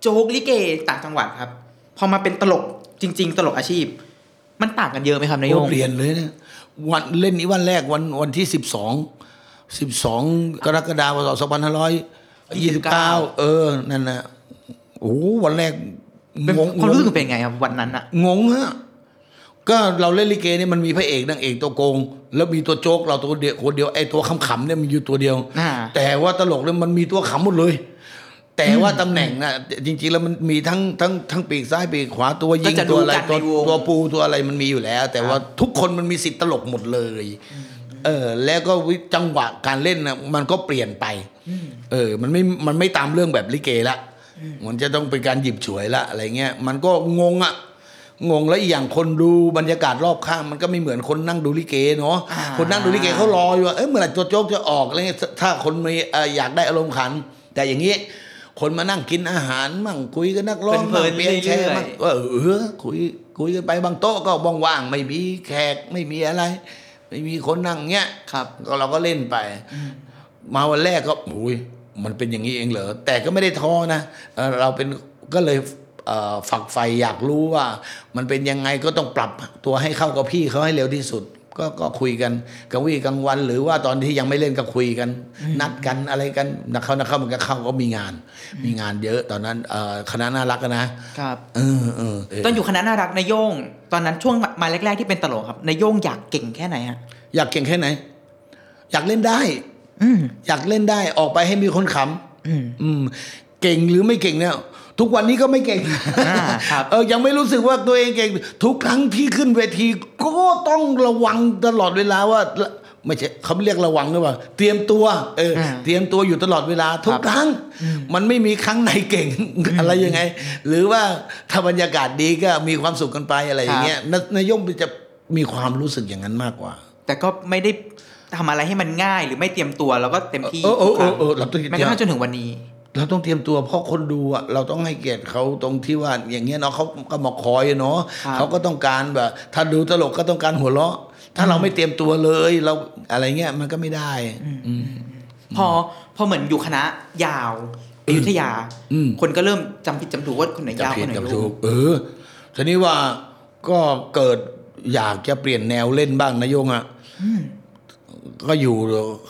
Speaker 4: โจ๊กลิเกต่างจังหวัดครับ พอมาเป็นตลกจริง ๆ ตลกอาชีพ มันต่างกันเยอะไหมครับนายโยง
Speaker 1: โอ้เปลี่ยนเลยนะวันเล่นนี้วันแรกวันวันที่สิบสองสิบสองกรกฎาคมสองพันห้าร้อยยี่สิบเก้า
Speaker 4: 29
Speaker 1: เออนั่นนะโอ้โหวันแรก
Speaker 4: เป็น
Speaker 1: งง
Speaker 4: ความรู้สึกเป็นไงครับวันนั้นอะ
Speaker 1: งงฮะก็เราเล่นลิเกเนี่ยมันมีพระเอกนางเอกตัวโกง แล้วมีตัวโจ๊กเราตัวเดียวคนเดียวไอ้ตัวขำๆเนี่ยมันอยู่ตัวเดียว
Speaker 4: อ่า
Speaker 1: แต่ว่าตลกเนี่ยมันมีตัวขำหมดเลย แต่ว่าตำแหน่งน่ะจริงๆแล้วมันมีทั้งทั้งทั้งปีกซ้ายปีกขวาตัวยิง
Speaker 4: ก็จะรู้
Speaker 1: ตัวอะไรตั
Speaker 4: กัน
Speaker 1: ว
Speaker 4: ในวง
Speaker 1: ตัวปูตัวอะไรมันมีอยู่แล้ว แต่ว่าทุกคนมันมีสิทธิ์ตลกหมดเลย เออ แล้วก็วิจังหวะการเล่นนะมันก็เปลี่ยนไป เออ มันไม่มันไม่ตามเรื่องแบบลิเกละมันจะต้องเป็นการหยิบฉวยละอะไรเงี้ยมันก็งงอะงงแล้วอีกอย่างคนดูบรรยากาศรอบข้าง มันก็ไม่เหมือนคนนั่งดูลิเกเนาะ
Speaker 4: อ่า
Speaker 1: คนนั่งดูลิเกเขา รออยู่ว่าเอ้ยเมื่อไหร่ตัวโจ๊กจะออกอะไรเงี้ยถ้าคนมีเอ่ออยากได้อารมณ์ขัน แต่อย่างนี้ คนมานั่งกินอาหารมั่งคุยกันนักร้อง
Speaker 4: เพลินๆ
Speaker 1: เปลี่ยนแชร์
Speaker 4: เรื่อยๆ
Speaker 1: มั่งเออเออคุยคุยกันไปบางโต๊ะก็ว่างๆไม่มีแขกไม่มีอะไร ไม่มีคนนั่งเงี้ย
Speaker 4: ครับ
Speaker 1: ก็เราก็เล่นไป มาวันแรกก็โอ้ยมันเป็นอย่างนี้เองเหรอแต่ก็ไม่ได้ท้อนะเอ่อเราเป็นก็เลยเอ่อฝักใฝ่อยากรู้ว่า มันเป็นยังไงก็ต้องปรับตัวให้เข้ากับพี่เขาให้เร็วที่สุด ก็ก็คุยกันกลางวี่กลางวัน หรือว่าตอนที่ยังไม่เล่นก็คุยกัน นัดกันอะไรกันนะเขานะเขามันก็เข้าก็มีงาน มีงานเยอะตอนนั้นเอ่อคณะน่ารักนะครับ เออเออเออ
Speaker 4: ตอนอยู่คณะน่ารักนายโยง ตอนนั้นช่วงมาแรก ๆ ที่เป็นตลกครับนายโยงอยากเก่งแค่ไหนฮะ
Speaker 1: อยากเก่งแค่ไหน อยากเล่นได้
Speaker 4: อืม
Speaker 1: อยากเล่นได้ออกไปให้มีคนข
Speaker 4: อืม
Speaker 1: ำอืม เก่งหรือไม่เก่งเนี่ย ทุกวันนี้ก็ไม่เก่ง
Speaker 4: อ่าครับ
Speaker 1: เออยังไม่รู้สึกว่าตัวเองเก่ง ทุกครั้งที่ขึ้นเวที ก็ต้องระวังตลอดเวลาว่าไม่ใช่เขาเรียกระวังหรือเปล่าเตรียมตัว เออ เตรียมตัวอยู่ตลอดเวลา ทุกครั้ง มันไม่มีครั้งไหนเก่ง อะไรยังไง หรือว่าถ้าบรรยากาศดีก็มีความสุขกันไปอะไรอย่างเงี้ยนนายกจะมีความรู้สึกอย่างนั้นมากกว่า
Speaker 4: แต่ก็ไม่ได้ทำอะไรให้มันง่ายหรือไม่เตรียมตัวเราก็เต็มที่
Speaker 1: เออเออเออเออ
Speaker 4: ทุกค
Speaker 1: เราต้องเตรียม
Speaker 4: แม้กระทั่งจนถึงวันนี้
Speaker 1: เราต้องเตรียมตัวเพราะคนดูอะเราต้องให้เกียรติเขาตรงที่ว่าอย่างเงี้ยเนาะเขาก็มาคอยอะเนาะ
Speaker 4: ครับ
Speaker 1: เขาก็ต้องการแบบ ถ้าดูตลกก็ต้องการหัวเราะ ถ้าเราไม่เตรียมตัวเลยเราอะไรเงี้ยมันก็ไม่ได้ อืม
Speaker 4: พอพอเหมือนอยู่คณะยาวอยุธยา
Speaker 1: อืม
Speaker 4: คนก็เริ่มจำผิดจำถูกว่าคนไหน
Speaker 1: จะ
Speaker 4: ยาว
Speaker 1: ผิ
Speaker 4: ค
Speaker 1: ด
Speaker 4: นไหน
Speaker 1: กับ
Speaker 4: โย
Speaker 1: ถู
Speaker 4: ง
Speaker 1: กเออทีนี้ว่าก็เกิดอยากจะเปลี่ยนแนวเล่นบ้างนะโยงอะก็อยู่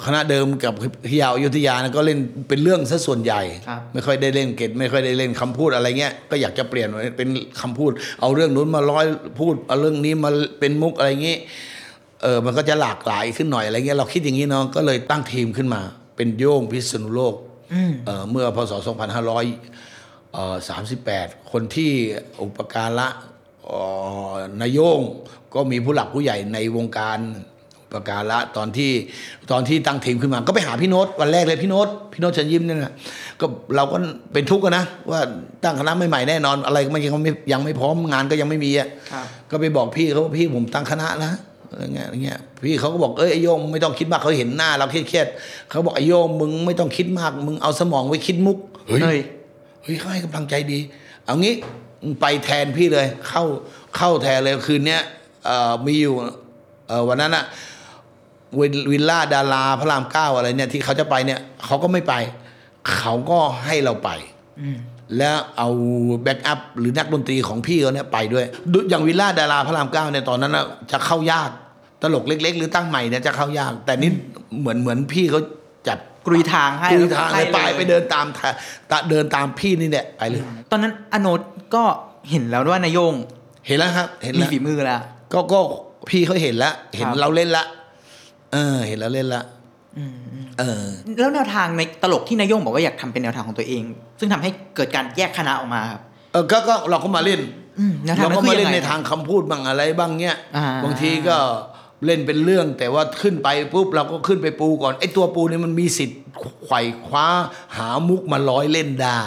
Speaker 1: คณะเดิมกับพิยาวอยุธยานะก็เล่นเป็นเรื่องซะส่วนใหญ่
Speaker 4: ครับ
Speaker 1: ไม่ค่อยได้เล่นเกตไม่ค่อยได้เล่นคำพูดอะไรเงี้ยก็อยากจะเปลี่ยนเป็นคำพูด เอาเรื่องนู้นมาร้อยพูดเอาเรื่องนี้มาเป็นมุกอะไรเงี้ยเออมันก็จะหลากหลายขึ้นหน่อยอะไรเงี้ยเราคิดอย่างนี้เนาะก็เลยตั้งทีมขึ้นมา เป็นโย่งพิษณุโลกเออเมื่อพศ 2500เอ่อ38 คนที่อุปการะเอ่อนายโย่งก็มีผู้หลักผู้ใหญ่ในวงการอุปการะตอนที่ตอนที่ตั้งทีมขึ้นมา ก็ไปหาพี่โน้ตวันแรกเลยพี่โน้ตพี่โน้ตเชิญยิ้มเนี่ยนะก็เราก็เป็นทุกข์อะนะว่าตั้งคณะใหม่ๆแน่นอนอะไรก็มันยังไม่ยังไม่พร้อมงานก็ยังไม่มีอะ
Speaker 4: ครับ
Speaker 1: ก็ไปบอกพี่เขาว่าพี่ผมตั้งคณะนะอะไรเงี้ยอะไรเงี้ยพี่เขาก็บอกเอ้ยไอโยมไม่ต้องคิดมากเขาเห็นหน้าเราเครียดๆเขาบอกไอโยมมึงไม่ต้องคิดมาก มึงเอาสมองไว้คิดมุกเฮ้ย
Speaker 4: เฮ้ย
Speaker 1: เฮ้ยเขาให้กำลังใจดี เอางี้มึงไปแทนพี่เลย เข้าเข้าแทนเลยคืนเนี้ยเอ่อมีอยู่เอ่อวันนั้นอะวิลวิลล่าดาราพระรามเก้าอะไรเนี่ยที่เขาจะไปเนี่ยเขาก็ไม่ไป เขาก็ให้เราไป แล้วเอาแบ็กอัพหรือนักดนตรีของพี่เขาเนี่ยไปด้วยดูอย่างวิลล่าดาราพระรามเก้าเนี่ยตอนนั้นน่ะจะเข้ายากตลกเล็ก ๆ หรือตั้งใหม่เนี่ยจะเข้ายาก แต่นี่เหมือนเหมือนพี่เขาจับ
Speaker 4: กรุยทางให้
Speaker 1: กลุยทางเลยไป
Speaker 4: ให้
Speaker 1: ไปเดินตามทางตะเดินตามพี่นี่แหละไปเลย
Speaker 4: ตอนนั้นอโนตก็เห็นแล้วว่านายโยง
Speaker 1: เห็นแล้วครับ เห็น
Speaker 4: มี
Speaker 1: แล้ว
Speaker 4: ฝีมือแล้ว
Speaker 1: ก็ก็พี่เขาเห็นแล้ว เห็น
Speaker 4: ครับ
Speaker 1: เราเล่นละเออ เห็นเราเล่นละเออ
Speaker 4: แล้วแนวทางในตลกที่นายโยงบอกว่าอยากทำเป็นแนวทางของตัวเอง ซึ่งทำให้เกิดการแยกคณะออกมาครับ
Speaker 1: เออก็ก็เราก็มาเล่น
Speaker 4: อืมแนวทาง
Speaker 1: เรา
Speaker 4: นั้น
Speaker 1: ก็มาเล่น
Speaker 4: คือยังไง
Speaker 1: ในทางคำพูดบ้างอะไรบ้างเนี้ย
Speaker 4: อ่า
Speaker 1: บางทีก็เล่นเป็นเรื่อง แต่ว่าขึ้นไปปุ๊บเราก็ขึ้นไปปูก่อนไอ้ตัวปูเนี่ยมันมีสิทธิ์ไขว่คว้าหามุกมาร้อยเล่นได้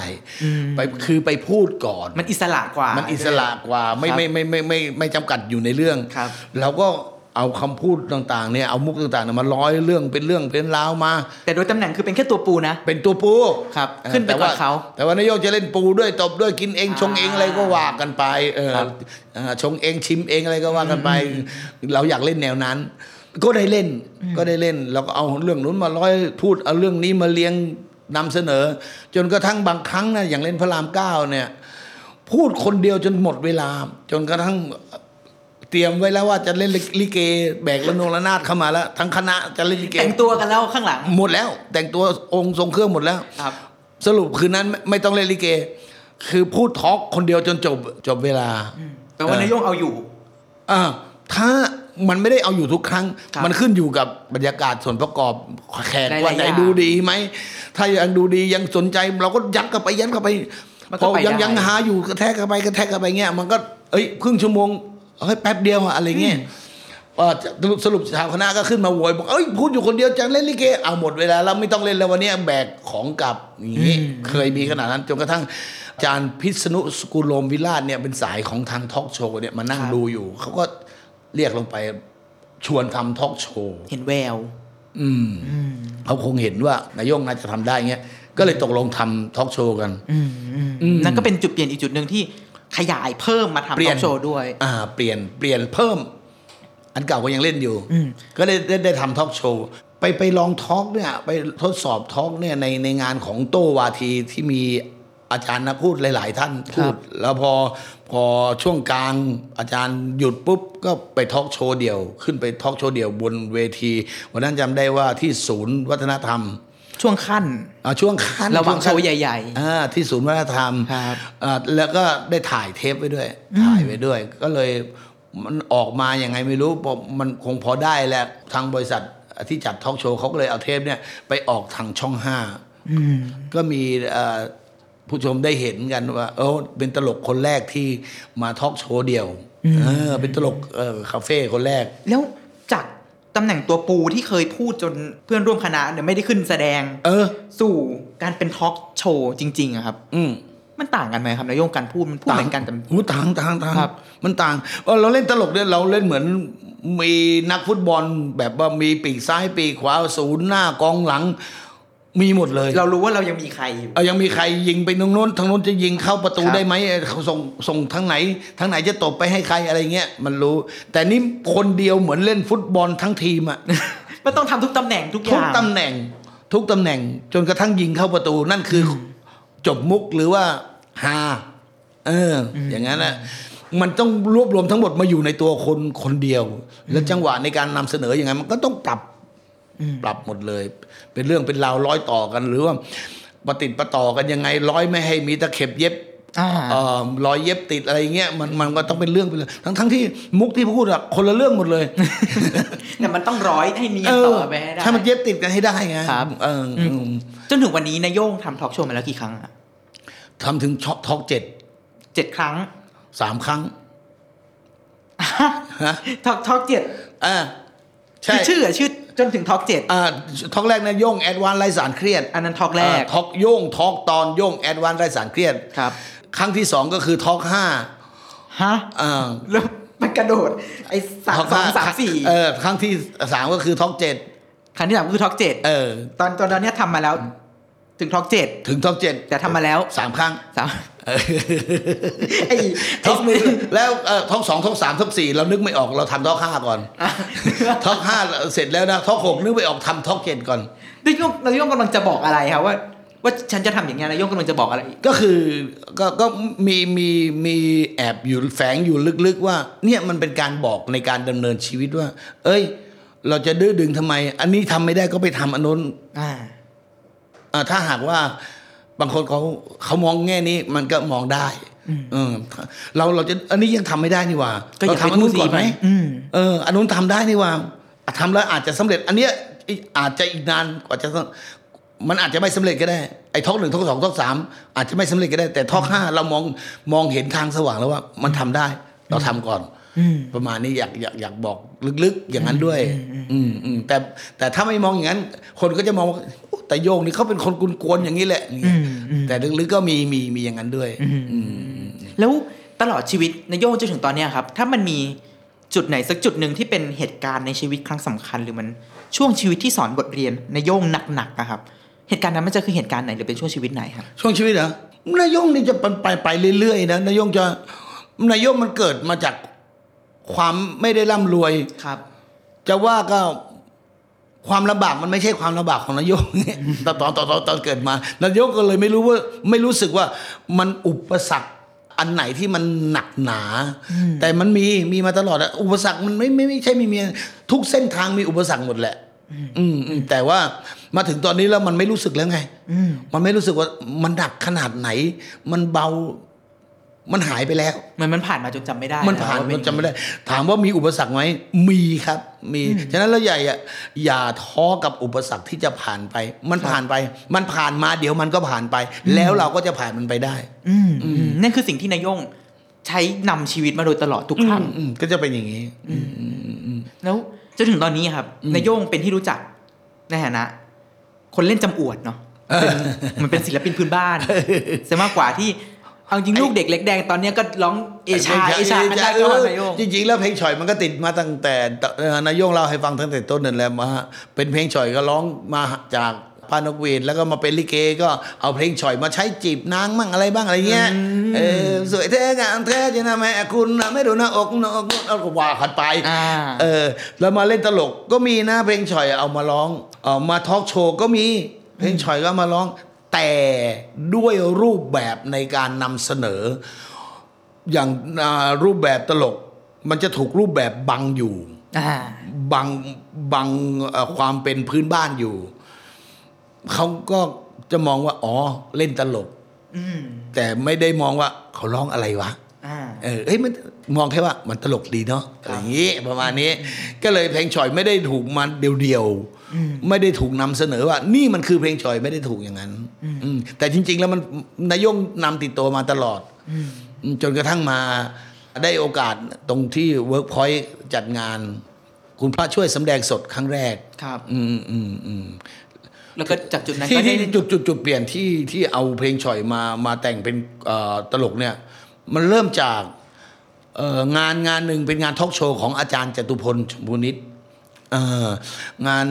Speaker 1: ไปคือไปพูดก่อน
Speaker 4: มันอิสระกว่า มั
Speaker 1: มันอิสระกว่าไม่
Speaker 4: ครับ
Speaker 1: ไม่ไม่ไม่ไม่ไม่ไม่จำกัดอยู่ในเรื่อง
Speaker 4: ครับ
Speaker 1: เราก็เอาคำพูดต่างๆเนี่ยเอามุกต่างๆเนี่ยมาร้อยเรื่องเป็นเรื่องเป็นราวมา
Speaker 4: แต่โดยตำแหน่งคือเป็นแค่ตัวปูนะ
Speaker 1: เป็นตัวปู
Speaker 4: ครับ
Speaker 1: เออ
Speaker 4: ขึ้นไป
Speaker 1: แต่
Speaker 4: ก่อนเขา
Speaker 1: แต่ว่านายกจะเล่นปูด้วยตบด้วยกินเอง
Speaker 4: อ่า
Speaker 1: ชงเองอะไรก็ว่ากันไปเออ
Speaker 4: ครับ
Speaker 1: เออชงเองชิมเองอะไรก็ว่ากันไป เราอยากเล่นแนวนั้น ก็ได้เล่นก็ได้เล่นเราก็เอาเรื่องนู้นมาร้อยพูดเอาเรื่องนี้มาเลี้ยงนำเสนอ จนกระทั่งบางครั้งนะอย่างเล่นพระรามเก้าเนี่ย พูดคนเดียวจนหมดเวลา จนกระทั่งเตรียมไว้แล้วว่าจะเล่นลิเกแบกระนงระนาดเข้ามาแล้ว ทั้งคณะจะเล่นลิเก
Speaker 4: แต่งตัวกันแล้วข้างหลัง
Speaker 1: หมดแล้ว แต่งตัวองค์ทรงเครื่องหมดแล้ว
Speaker 4: ครับ
Speaker 1: สรุปคืนนั้นไม่ไม่ต้องเล่นลิเก คือพูดทอล์กคนเดียวจนจบจบเวลา
Speaker 4: แต่ว่านายโยงเอาอยู่
Speaker 1: อ่าถ้ามันไม่ได้เอาอยู่ทุกครั้ง
Speaker 4: ครับ
Speaker 1: มันขึ้นอยู่กับบรรยากาศส่วนประกอบแขก
Speaker 4: หลายๆ
Speaker 1: วันไหน
Speaker 4: อย่าง
Speaker 1: ดูดีไหม ถ้ายังดูดียังสนใจ เราก็ยัดเข้าไปยัดเข้าไป
Speaker 4: มัน
Speaker 1: พ
Speaker 4: ก็
Speaker 1: อ
Speaker 4: ไป
Speaker 1: ยัง
Speaker 4: ได้
Speaker 1: ยังหาอยู่กระแทกเข้าไปกระแทกเข้าไปเงี้ยมันก็เอ้ยครึ่งชั่วโมงเฮ้ยแป๊บเดียวอะอะไรเงี้ย ก็สรุปสรุปชาวคณะก็ขึ้นมาโวยบอกเอ้ยพูดอยู่คนเดียวจังเล่นลิเกเอาหมดเวลาแล้วไม่ต้องเล่นแล้ววันนี้แบกของกลับอย่างนี้เคยมีขนาดนั้นจนกระทั่งอาจารย์พิษณุสกุลมวิราชเนี่ยเป็นสายของทางทอล์กโชว์เนี่ยมานั่ง
Speaker 4: ครับ
Speaker 1: ดูอยู่ เขาก็เรียกลงไปชวนทำทอล์กโชว์
Speaker 4: เห็นแวว
Speaker 1: อืมเขาคงเห็นว่านายโยงน่าจะทำได้เงี้ย ก็เลยตกลงทำทอล์กโชว์กัน
Speaker 4: อืมอืม
Speaker 1: อืม
Speaker 4: นั่นก็เป็นจุดเปลี่ยนอีกจุดหนึ่งที่ขยายเพิ่มมาทำ
Speaker 1: เปลี่
Speaker 4: ท
Speaker 1: ย
Speaker 4: อน ล์กโชว์ด้วย
Speaker 1: อ่าเปลี่ยนเปลี่ยนเพิ่ม อันเก่าก็ยังเล่นอยู่
Speaker 4: อืม
Speaker 1: ก็ได้ได้ได้ทำทอล์กโชว์ไปไปลองทอล์กเนี่ย ไปทดสอบทอล์กเนี่ยในในงานของโต้วาทีที่มีอาจารย์นะพูดหลาย ๆ ท่านพูด แล้วพอพอช่วงกลางอาจารย์หยุดปุ๊บ ก็ไปทอล์กโชว์เดี่ยว ขึ้นไปทอล์กโชว์เดี่ยวบนเวที วันนั้นจำได้ว่าที่ศูนย์วัฒนธรรม
Speaker 4: ช่วงขั้น
Speaker 1: อ่าช่วงคัน
Speaker 4: ระหว่าง
Speaker 1: ขั้น
Speaker 4: โชว์ใหญ่
Speaker 1: อ่าที่ศูนย์วัฒนธรรม
Speaker 4: ครับ
Speaker 1: อ่าแล้วก็ได้ถ่ายเทปไว้ด้วย ถ่ายไว้ด้วย ก็เลยมันออกมาอย่างไงไม่รู้ผมมันคงพอได้แหละทางบริษัทที่จัดทอล์กโชว์เขาก็เลยเอาเทปเนี่ยไปออกทางช่องห้าก็มีเอ่อผู้ชมได้เห็นกันว่าเออเป็นตลกคนแรกที่มาทอล์กโชว์เดียวเออเป็นตลกเอ่อคาเฟ่คนแรก
Speaker 4: ๆ แล้วจากตำแหน่งตัวปูที่เคยพูดจนเพื่อนร่วมคณะเนี่ยไม่ได้ขึ้นแสดง
Speaker 1: เออ
Speaker 4: สู่การเป็นทอล์กโชว์จริงๆอะครับ
Speaker 1: อืม
Speaker 4: มันต่างกันไหมครับนายโยงการพูดมันพูดเหมือนกันแต่
Speaker 1: หูต่างต่างต่าง
Speaker 4: ครับ
Speaker 1: มันต่างเออเราเล่นตลกเนี่ยเราเล่นเหมือนมีนักฟุตบอลแบบว่ามีปีกซ้ายปีกขวาศูนย์หน้ากองหลัง มีหมดเลย
Speaker 4: เรารู้ว่าเรายังมีใครอยู่
Speaker 1: เออยังมีใครยิงไปตรงโน้นทางโน้นจะยิงเข้าประตู
Speaker 4: ครับ
Speaker 1: ได้ไหมเออเขาส่งส่งทางไหนทางไหนจะตบไปให้ใครอะไรเงี้ยมันรู้ แต่นี่คนเดียวเหมือนเล่นฟุตบอลทั้งทีมอะ
Speaker 4: มันต้องทำทุกตำแหน่งทุกอ
Speaker 1: ทุก
Speaker 4: ย่าง
Speaker 1: ตำแหน่งทุกตำแหน่งจนกระทั่งยิงเข้าประตูนั่นคืออจบมุกหรือว่าฮาเอออ อย่างนั้นนะมันต้องรวบรวมทั้งหมดมาอยู่ในตัวคนคนเดียว แล้วจังหวะในการนำเสนออย่างไงมันก็ต้องปรับปรับหมดเลย เป็นเรื่องเป็นราวร้อยต่อกัน หรือว่าประติดประต่อกันยังไง ร้อยไม่ให้มีตะเข็บเย็บ
Speaker 4: อ่า
Speaker 1: เอ่อรอยเย็บติดอะไรเงี้ยมันมันก็ต้องเป็นเรื่องไปเลยทั้งทั้งที่มุกที่พูดอะคนละเรื่องหมดเลย
Speaker 4: แต่มันต้องร้อยให้เนียนต่อไปให้ได้
Speaker 1: ถ้ามันเย็บติดกันให้ได้ไง
Speaker 4: ครับ
Speaker 1: เอออืม
Speaker 4: จนถึงวันนี้นายโยงทำทอล์กโชว์มาแล้วกี่ครั้งอะ
Speaker 1: ทำถึงช็อกทอกเจ็ด
Speaker 4: เจ็ดค รั้ง
Speaker 1: สามครั้งฮะ
Speaker 4: ทอล์กทอล์กเจ็ด
Speaker 1: อ่าใช่
Speaker 4: คือชื่ออะชื่อจนถึงทอล์กเจ็ด
Speaker 1: อ่าทอกแรกนะโย่งแอดวานไรสารเครียด
Speaker 4: อันนั้นทอล์กแรก
Speaker 1: ทอกโย่งทอกตอนโย่งแอดวานไรสารเครียด
Speaker 4: ครับ
Speaker 1: ครั้งที่สองก็คือทอกห้า
Speaker 4: ฮะ
Speaker 1: อ่า
Speaker 4: แล้ว มันกระโดดไอ้สาม
Speaker 1: ทก
Speaker 4: สอ
Speaker 1: ห้
Speaker 4: งสามสี่
Speaker 1: เออครั้งที่สามก็คือทอกเจ็ด
Speaker 4: ครั้งที่สามคือทอล์กเจ็ด
Speaker 1: เออ
Speaker 4: ตอนตอนเนี้ยทำมาแล้ว ถึงทอล์กเจ็ด
Speaker 1: ถึงทอกเจ็ด
Speaker 4: แต่ทำมาแล้ว
Speaker 1: สามครั้ง
Speaker 4: สาม
Speaker 1: เออ
Speaker 4: ไอ้
Speaker 1: ท็อกหนึ่งแล้วเอ่อท็อกสองท็อกสามท็อกสี่เรานึกไม่ออกเราทำท็อกห้าก่อนท็อกห้าเสร็จแล้วนะท็อกหกนึกไม่ออกทำท็อกเจ็ดก่อน
Speaker 4: นายโยงนายโยงกำลังจะบอกอะไรครับว่า ว่าฉันจะทำอย่างเงี้ยนายโยงกำลังจะบอกอะไร
Speaker 1: ก็คือก็ก็มีมีมีแอบอยู่แฝงอยู่ลึกๆว่า เนี่ยมันเป็นการบอกในการดำเนินชีวิตว่า เอ้ย เราจะดื้อดึงทำไม อันนี้ทำไม่ได้ก็ไปทำอันนู้น
Speaker 4: อ่า
Speaker 1: อ่าถ้าหากว่าบางคนเขาเขามองแง่นี้มันก็มองได้เออเราเราจะอันนี้ยังทำไม่ได้นี่หว่า
Speaker 4: ก็อย่า
Speaker 1: เราทำอันนู้นก่อนไหม
Speaker 4: ไปอืม
Speaker 1: เอออันนู้นทำได้นี่หว่าอ่ะทำแล้วอาจจะสำเร็จ อันเนี้ยอีกอาจจะอีกนานกว่าจะสมันอาจจะไม่สำเร็จก็ได้ไอ้ท็อกหนึ่งท็อกสองท็อกสามอาจจะไม่สำเร็จก็ได้ แต่ท็อกห้าเรามองมองเห็นทางสว่างแล้วว่า มันทำได้ เราทำก่อนประมาณนี้อยากอยากอยากบอกลึกๆ อย่างนั้นด้วย อืมอืมแต่แต่ถ้าไม่มองอย่างนั้น คนก็จะมองว่าโอ้แต่โยงนี่เขาเป็นคนกวนๆอย่างนี้แหละอย่างเงี้ยแต่ลึกๆก็มีมีมีอย่างนั้นด้วย อืม
Speaker 4: แล้วตลอดชีวิตนายโยงจนถึงตอนเนี้ยครับ ถ้ามันมีจุดไหนสักจุดหนึ่งที่เป็นเหตุการณ์ในชีวิตครั้งสำคัญหรือมันช่วงชีวิตที่สอนบทเรียนนายโยงหนักๆอะครับ เหตุการณ์นั้นมันจะคือเหตุการณ์ไหนหรือเป็นช่วงชีวิตไหนครับ
Speaker 1: ช่วงชีวิตเหรอนายโยงนี่จะไปไปไปเรื่อยๆนะนายโยงจะนายโยงมันเกิดมาจากความไม่ได้ร่ำรวย
Speaker 4: ครับ
Speaker 1: จะว่าก็ความลำบากมันไม่ใช่ความลำบากของนายโยง ตอนตอนตอนตอนตอนเกิดมานายโยงก็เลยไม่รู้ว่าไม่รู้สึกว่ามันอุปสรรคอันไหนที่มันหนักหนา แต่มันมีมีมาตลอดอะอุปสรรคมันไม่ไม่ไม่ใช่ไม่มีทุกเส้นทางมีอุปสรรคหมดแหละ อืมอืมแต่ว่ามาถึงตอนนี้แล้วมันไม่รู้สึกแล้วไงมันไม่รู้สึกว่ามันหนักขนาดไหน มันเบามันหายไปแล้ว
Speaker 4: มันมันผ่านมาจนจำไม่ได้
Speaker 1: มันผ่าน
Speaker 4: แล้วว่เป็
Speaker 1: มันจำไม่ได้ ถามว่ามีอุปสรรคไหมมีครับ มีฉะนั้นเราใหญ่อะอย่าท้อกับอุปสรรคที่จะผ่านไป มันผ่านไป มันผ่านมาเดี๋ยวมันก็ผ่านไป แล้วเราก็จะผ่านมันไปได้
Speaker 4: อืมอืมนั่นคือสิ่งที่นายโยงใช้นำชีวิตมาโดยตลอดทุกครั้ง
Speaker 1: อืมก็จะเป็นอย่างนี้
Speaker 4: แล้วจนถึงตอนนี้ครับนายโยงเป็นที่รู้จักในฐานะ คนเล่นจำอวดเนาะเป็นเหมันเป็นศิลปินพื้นบ้านซะมากกว่าที่เอาจริงลูกเด็กเล็กแดงตอนเนี้ยก็ร้องเอชาเอชากันได้ก็ว่านายโยง
Speaker 1: จริงๆแล้วเพลงฉ่อยมันก็ติดมาตั้งแต่เอ่อนายโยงเล่าให้ฟังตั้งแต่ต้นนั่นแหละมาเป็นเพลงฉ่อยก็ร้องมาจาก ปานกเวดแล้วก็มาเป็นลิเกก็เอาเพลงฉ่อยมาใช้จีบนางมั่งอะไรบ้างอะไรเงี้ยเออสวยเท่งามเท่จะนะแม่คุณนะไม่ดูหน้าอกหน้าอกหน้าอกเอาก็ว่ากันไป
Speaker 4: อ่า
Speaker 1: เออแล้วมาเล่นตลกก็มีนะเพลงฉ่อยเอามาร้องเออมาทอล์กโชว์ก็มีเพลงฉ่อยก็เอามาร้อง แต่ด้วยรูปแบบในการนำเสนอ อย่างอ่ารูปแบบตลก มันจะถูกรูปแบบบังอยู่
Speaker 4: อ่า
Speaker 1: บังบังเอ่อความเป็นพื้นบ้านอยู่ เขาก็จะมองว่า อ๋อ เล่นตลก
Speaker 4: อืม
Speaker 1: แต่ไม่ได้มองว่าเขาร้องอะไรวะ
Speaker 4: อ่า
Speaker 1: เออเอ้ยมันมองแค่ว่ามันตลกดีเนาะอะไรอย่างนี้ประมาณนี้ ก็เลยเพลงฉ่อยไม่ได้ถูกมันเดียวๆไม่ได้ถูกนำเสนอว่า นี่มันคือเพลงฉ่อยไม่ได้ถูกอย่างนั้นอืมแต่จริง ๆ แล้วมันนายงนำติดตัวมาตลอดจนกระทั่งมาได้โอกาสตรงที่เวิร์กพอยต์จัดงาน คุณพระช่วยสำแดงสดครั้งแรก
Speaker 4: ครับ
Speaker 1: อืมอืมอืม
Speaker 4: แล้วก็จากจุดนั้น
Speaker 1: ที่
Speaker 4: ก็ได้
Speaker 1: ที่จุดจุดจุดเปลี่ยนที่ที่เอาเพลงฉ่อยมามาแต่งเป็นเอ่อตลกเนี่ย มันเริ่มจากเอ่องานงานหนึ่งเป็นงานทอล์กโชว์ของอาจารย์จตุพลชมพูนิตเอ่องาน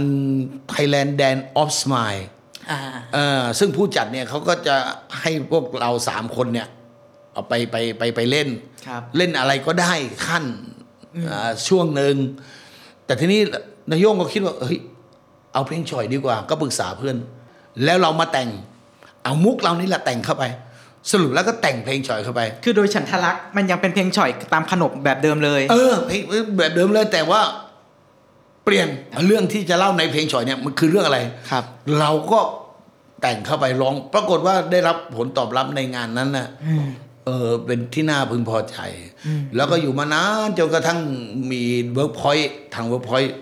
Speaker 1: Thailand Dan of Smile
Speaker 4: อ่า
Speaker 1: เอ่อซึ่งผู้จัดเนี่ยเขาก็จะให้พวกเราสามคนเนี่ยเอาไปไปไปไปเล่น
Speaker 4: ครับ
Speaker 1: เล่นอะไรก็ได้ขั้นอ่าช่วงหนึ่งแต่ทีนี้นายโยงก็คิดว่าเฮ้ยเอาเพลงฉ่อยดีกว่า ก็ปรึกษาเพื่อน แล้วเรามาแต่ง เอามุกเรานี่แหละแต่งเข้าไป สรุปแล้วก็แต่งเพลงฉ่อยเข้าไป
Speaker 4: คือโดยฉันทลักษณ์มันยังเป็นเพลงฉ่อยตามขนบแบบเดิมเลย
Speaker 1: เออเพลงแบบเดิมเลยแต่ว่าเปลี่ยนเรื่องที่จะเล่าในเพลงฉ่อยเนี่ยมันคือเรื่องอะไร
Speaker 4: ครับ
Speaker 1: เราก็แต่งเข้าไปร้อง ปรากฏว่าได้รับผลตอบรับในงานนั้นน่ะเออเป็นที่น่าพึงพอใจ แล้วก็อยู่มานานจนกระทั่งมีเวิร์กพอยต์ทางเวิร์กพอยต์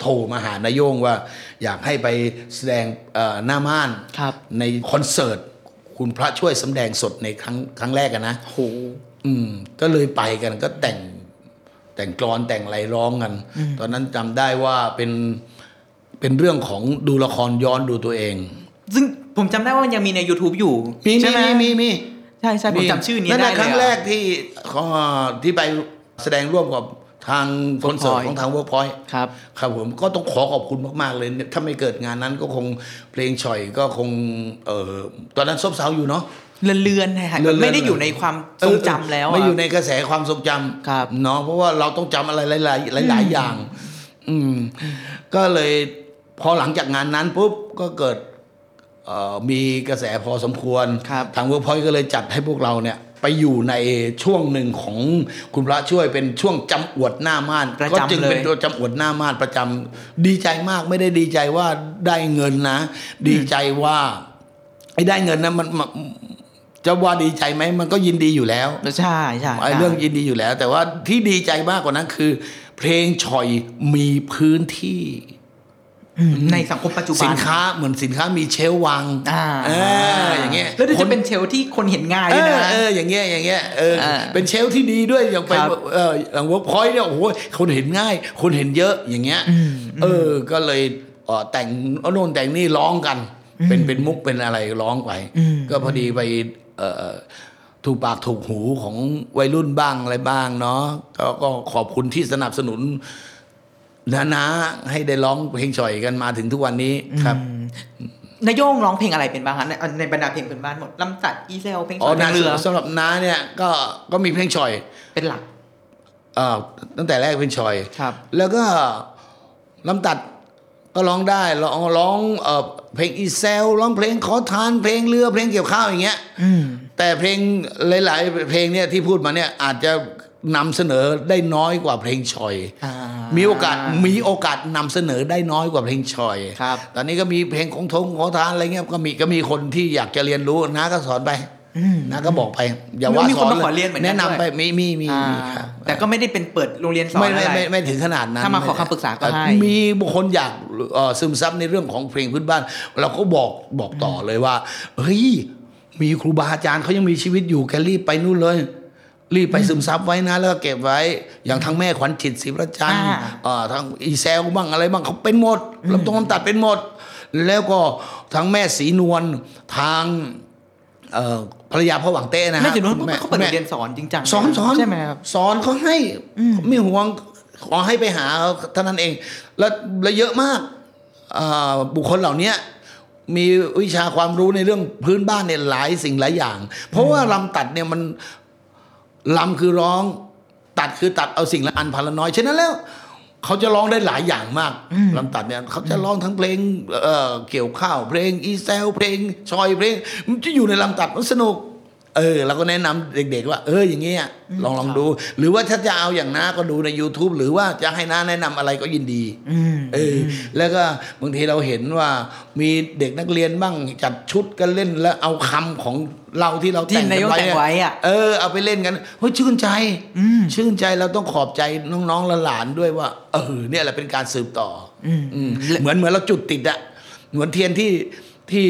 Speaker 1: โทรมาหานายโยงว่า อยากให้ไปแสดงเอ่อหน้าม่าน
Speaker 4: ครับ
Speaker 1: ในคอนเสิร์ต คุณพระช่วยสำแดงสดในครั้งครั้งแรกอะนะ
Speaker 4: โห
Speaker 1: อืมก็เลยไปกันก็แต่งแต่งกลอนแต่งอะไรร้องกัน ตอนนั้นจำได้ว่าเป็นเป็นเรื่องของดูละครย้อนดูตัวเอง
Speaker 4: ซึ่งผมจำได้ว่ามันยังมีใน YouTube อยู่
Speaker 1: มี
Speaker 4: ใช่ไหม
Speaker 1: มีมีมี
Speaker 4: ใช่ใช่ผมจำชื่อนี้
Speaker 1: นั่น
Speaker 4: ได้
Speaker 1: นะ
Speaker 4: เลย
Speaker 1: ครั้ง
Speaker 4: อะ
Speaker 1: แรกที่ขอที่ไปแสดงร่วมกับทางคอนเสิร์ต
Speaker 4: Workpoint
Speaker 1: ของทางเวิร์กพอยต์
Speaker 4: ครับ
Speaker 1: ครับผมก็ต้องขอขอบคุณมาก ๆ เลย ถ้าไม่เกิดงานนั้นก็คงเพลงฉ่อยก็คงเออตอนนั้นซบเซาอยู่เนาะ
Speaker 4: เลือนๆนะฮะ
Speaker 1: เลือนๆ
Speaker 4: ไม่ได้อยู่ในความทรงจำแล้วะ
Speaker 1: ไม่อยู่ในกระแสความทรงจ
Speaker 4: ครับ
Speaker 1: ำเนาะเพราะว่าเราต้องจำอะไรหลายๆหลาย ๆ อย่าง อืม ก็เลยพอหลังจากงานนั้นปุ๊บก็เกิดเอ่อมีกระแสพอสมควร
Speaker 4: ครับ
Speaker 1: ทางเวิร์กพอยต์ก็เลยจัดให้พวกเราเนี่ย ไปอยู่ในช่วงหนึ่งของคุณพระช่วยเป็นช่วงจำอวดหน้าม่าน
Speaker 4: ประ
Speaker 1: ก็
Speaker 4: จำ
Speaker 1: จึงเป็น
Speaker 4: เลย
Speaker 1: ตัวจำอวดหน้าม่านประจำดีใจมากไม่ได้ดีใจว่าได้เงินนะ ดีใจว่าไอ้ได้เงินนะมันมันจะว่าดีใจไหมมันก็ยินดีอยู่แล้ว
Speaker 4: ใช่ใช่
Speaker 1: ไอ้เรื่องยินดีอยู่แล้ว แต่ว่าที่ดีใจมากกว่านั้นคือ เพลงฉ่อยมีพื้นที่
Speaker 4: อืมในสังคมปัจจุบัน
Speaker 1: สินค้าเหมือนสินค้ามีเชลฟ์วาง
Speaker 4: อ่า
Speaker 1: เอออย่างเงี้ย
Speaker 4: แล้วเดี๋ยวจะ
Speaker 1: ค
Speaker 4: เป็นเชลล์ที่คนเห็นง่าย
Speaker 1: เอ
Speaker 4: ด้วย
Speaker 1: อ
Speaker 4: นะ
Speaker 1: เอออย่างเงี้ยอย่างเงี้ยเออ
Speaker 4: อ่า
Speaker 1: เป็นเชลฟ์ที่ดีด้วยอย่างไป
Speaker 4: ครับ
Speaker 1: เอออย่างเวิร์กพอยต์เนี่ยโอ้โหคนเห็นง่าย คนเห็นเยอะอย่างเงี้ยเออก็เลยเอ่อแต่งเอาโน่นแต่งนี่ร้องกัน เป็นเป็นมุกเป็นอะไรร้องไป
Speaker 4: อืม
Speaker 1: ก็พอดีไปเอ่อ ถูกปากถูกหูของวัยรุ่นบ้างอะไรบ้างเนาะก็ก็ขอบคุณที่สนับสนุนนะนะให้ได้ร้องเพลงฉ่อยกันมาถึงทุกวันนี้ครับ
Speaker 4: นายโยงร้องเพลงอะไรเป็นบ้างฮะในในบรรดาเพลงเป็นบ้านหมดลำตัดอีเซลเพลงส
Speaker 1: อ๋อ
Speaker 4: อน
Speaker 1: นา
Speaker 4: เรือ
Speaker 1: สำหรับน้าเนี่ยก็ก็มีเพลงฉ่อย
Speaker 4: เป็นหลัก
Speaker 1: เอ่อตั้งแต่แรกเพลงฉ่อย
Speaker 4: ครับ
Speaker 1: แล้วก็ลำตัดก็ร้องได้ร้องร้องเอ่อเพลงอีเซลร้องเพลงขอทานเพลงเรือเพลงเกี่ยวข้าวอย่างเงี้ย
Speaker 4: อืม
Speaker 1: แต่เพลงหลาย ๆ เพลงเนี่ยที่พูดมาเนี่ยอาจจะนำเสนอได้น้อยกว่าเพลงชอย
Speaker 4: อ่ามี
Speaker 1: มีโอกาสมีโอกาสนำเสนอได้น้อยกว่าเพลงชอย
Speaker 4: ครับ
Speaker 1: ตอนนี้ก็มีเพลงของทงของทานอะไรเงี้ยก็มีก็มีคนที่อยากจะเรียนรู้นะก็สอนไปนะก็บอกไป อย่าว่า
Speaker 4: มี
Speaker 1: ส
Speaker 4: คน
Speaker 1: อน
Speaker 4: มาขอ
Speaker 1: เลย
Speaker 4: เรียนเหมือนกัน
Speaker 1: แนะนำ
Speaker 4: ด้วย
Speaker 1: ไปมีมีมี
Speaker 4: อ่า
Speaker 1: มีครับ
Speaker 4: แต่ก็ไม่ได้เป็นเปิดโรงเรียนสอน
Speaker 1: ไม่
Speaker 4: อะไร
Speaker 1: ไม่ไม่ไม่ถึงขนาดนั้น
Speaker 4: ถ้ามาขอคำปรึกษาก็ให้
Speaker 1: แต่มีบางคนอยากเอ่อซึมซับในเรื่องของเพลงพื้นบ้าน เราก็บอกบอกต่อเลยว่าเฮ้ยมีครูบาอาจารย์เขายังมีชีวิตอยู่แกรีบไปนู่นเลย รีบไปซึมซับไว้นะแล้วก็เก็บไว้ อย่างทั้งแม่ขวัญจิตศรีประจันทร์
Speaker 4: อ่า
Speaker 1: เอ่อทั้งอีแซลบ้างอะไรบ้างเขาเป็นหมดลำตรงลำตัดเป็นหมด แล้วก็ทั้งแม่ศรีนวลทางเอ่อภรรยาพ่อหวังเต้นะฮะ
Speaker 4: ไม่ถึงนู้น
Speaker 1: แม่
Speaker 4: เขาเปิดโรงเรียนสอนจริงจัง
Speaker 1: สอนสอน
Speaker 4: ใช่ไหมครับ
Speaker 1: สอนเขาให้ไม่ห่วงขอให้ไปหาเท่านั้นเอง แล้วแล้วเยอะมากอ่าบุคคลเหล่าเนี้ย มีวิชาความรู้ในเรื่องพื้นบ้านเนี่ยหลายสิ่งหลายอย่าง เพราะว่าลำตัดเนี่ยมันลำคือร้อง ตัดคือตัดเอาสิ่งละอันพันละน้อยฉะนั้นแล้ว เขาจะร้องได้หลายอย่างมากลำตัดเนี่ยเขาจะร้องทั้งเพลงเอ่อเกี่ยวข้าวเพลงอีแซลเพลงชอยเพลงมันจะอยู่ในลำตัดมันสนุก เออเราก็แนะนำเด็กๆว่า เอออย่างเงี้ยลองลองดู หรือว่าถ้าจะเอาอย่างน้าก็ดูใน YouTube หรือว่าจะให้น้าแนะนำอะไรก็ยินดี
Speaker 4: อืม
Speaker 1: เออแล้วก็บางทีเราเห็นว่ามีเด็กนักเรียนบ้างจัดชุดกันเล่นแล้วเอาคำของเราที่เราแต่งกั
Speaker 4: ที่นาย
Speaker 1: น
Speaker 4: ก
Speaker 1: ไว้
Speaker 4: แต่งไว้อะ
Speaker 1: เออเอาไปเล่นกันเฮ้ยชื่นใจ
Speaker 4: อืม
Speaker 1: ชื่นใจเราต้องขอบใจน้องๆและหลานด้วยว่า เออเนี่ยแหละเป็นการสืบต่อออืมเหมือนเหมือนเราจุดติดอะเหมือนเทียนที่ที่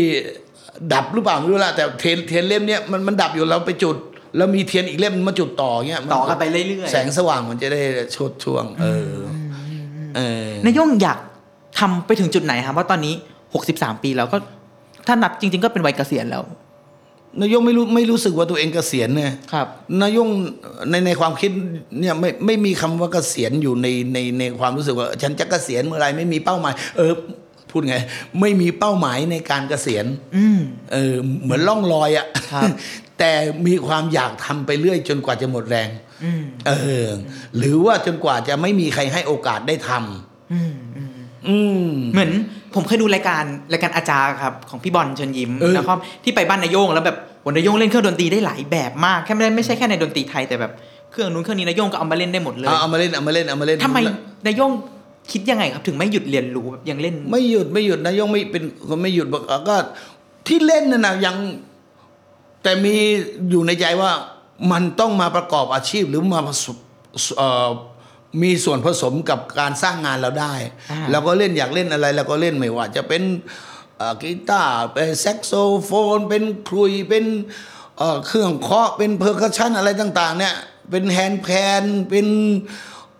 Speaker 1: ดับหรือเปล่าไม่รู้ละแต่เทียนเทียนเล่มเนี้ยมันมันดับอยู่เราไปจุด แล้วมีเทียนอีกเล่มมาจุดต่อเงี้ยมั
Speaker 4: ต่อกันไปเรื่อยๆ
Speaker 1: แสงสว่างมันจะได้ชดช่วง เอออเออ
Speaker 4: นายโย่งอยากทำไปถึงจุดไหนครับว่าะตอนนี้ 63 ปีแล้วก็ถ้านับจริง ๆ ก็เป็นวัยเกษียณแล้ว
Speaker 1: นายกไม่รู้ไม่รู้สึกว่าตัวเองเกษียณเนี่ย
Speaker 4: ครับ
Speaker 1: นายกในในความคิดเนี่ยไม่ไม่มีคำว่าเกษียณอยู่ในในในความรู้สึกว่า ฉันจะเกษียณเมื่อไหรไม่มีเป้าหมาย เออ พูดไง ไม่มีเป้าหมายในการเกษียณ
Speaker 4: อืม
Speaker 1: เออเหมือนล่องลอยอะ
Speaker 4: ค
Speaker 1: ะ
Speaker 4: รั่บ
Speaker 1: แต่มีความอยากทำไปเรื่อยจนกว่าจะหมดแรง
Speaker 4: อืม
Speaker 1: เออหรือว่าจนกว่าจะไม่มีใครให้โอกาสได้ทำ
Speaker 4: อืมอืม
Speaker 1: อืม
Speaker 4: เหมือนผมเคยดูรายการรายการอาจารย์ครับของพี่บอลเชิญยิ้ม
Speaker 1: เออ
Speaker 4: นะครับที่ไปบ้านนายโยงแล้วแบบวันนายโยงเล่นเครื่องดนตรีได้หลายแบบมากแค่ไม่ได้ไม่ใช่แค่ในดนตรีไทยแต่แบบเครื่องนู้นเครื่องนี้นายโยงก็เอามาเล่นได้หมดเลย
Speaker 1: เอาเอามาเล่นเอามาเล่นเอามาเล่น
Speaker 4: ทำไมนายโยงคิดยังไงครับถึงไม่หยุดเรียนรู้แบบยังเล่น
Speaker 1: ไม่หยุดไม่หยุดนะยงไม่เป็นคนไม่หยุดบอกเอ่อก็ที่เล่นน่ะนะยัง แต่มีอยู่ในใจว่ามันต้องมาประกอบอาชีพหรือมาผสมเอ่อมีส่วนผสมกับการสร้างงานเราได้
Speaker 4: อ่า
Speaker 1: เราก็เล่นอยากเล่นอะไรเราก็เล่นไม่ว่า จะเป็นเอ่อกีตาร์เป็นแซกโซโฟน เป็นครุยเป็นเอ่อเครื่องเคาะเป็นเพอร์คัชชันอะไรต่าง ๆ เนี่ย เป็นแฮนด์แพนเป็น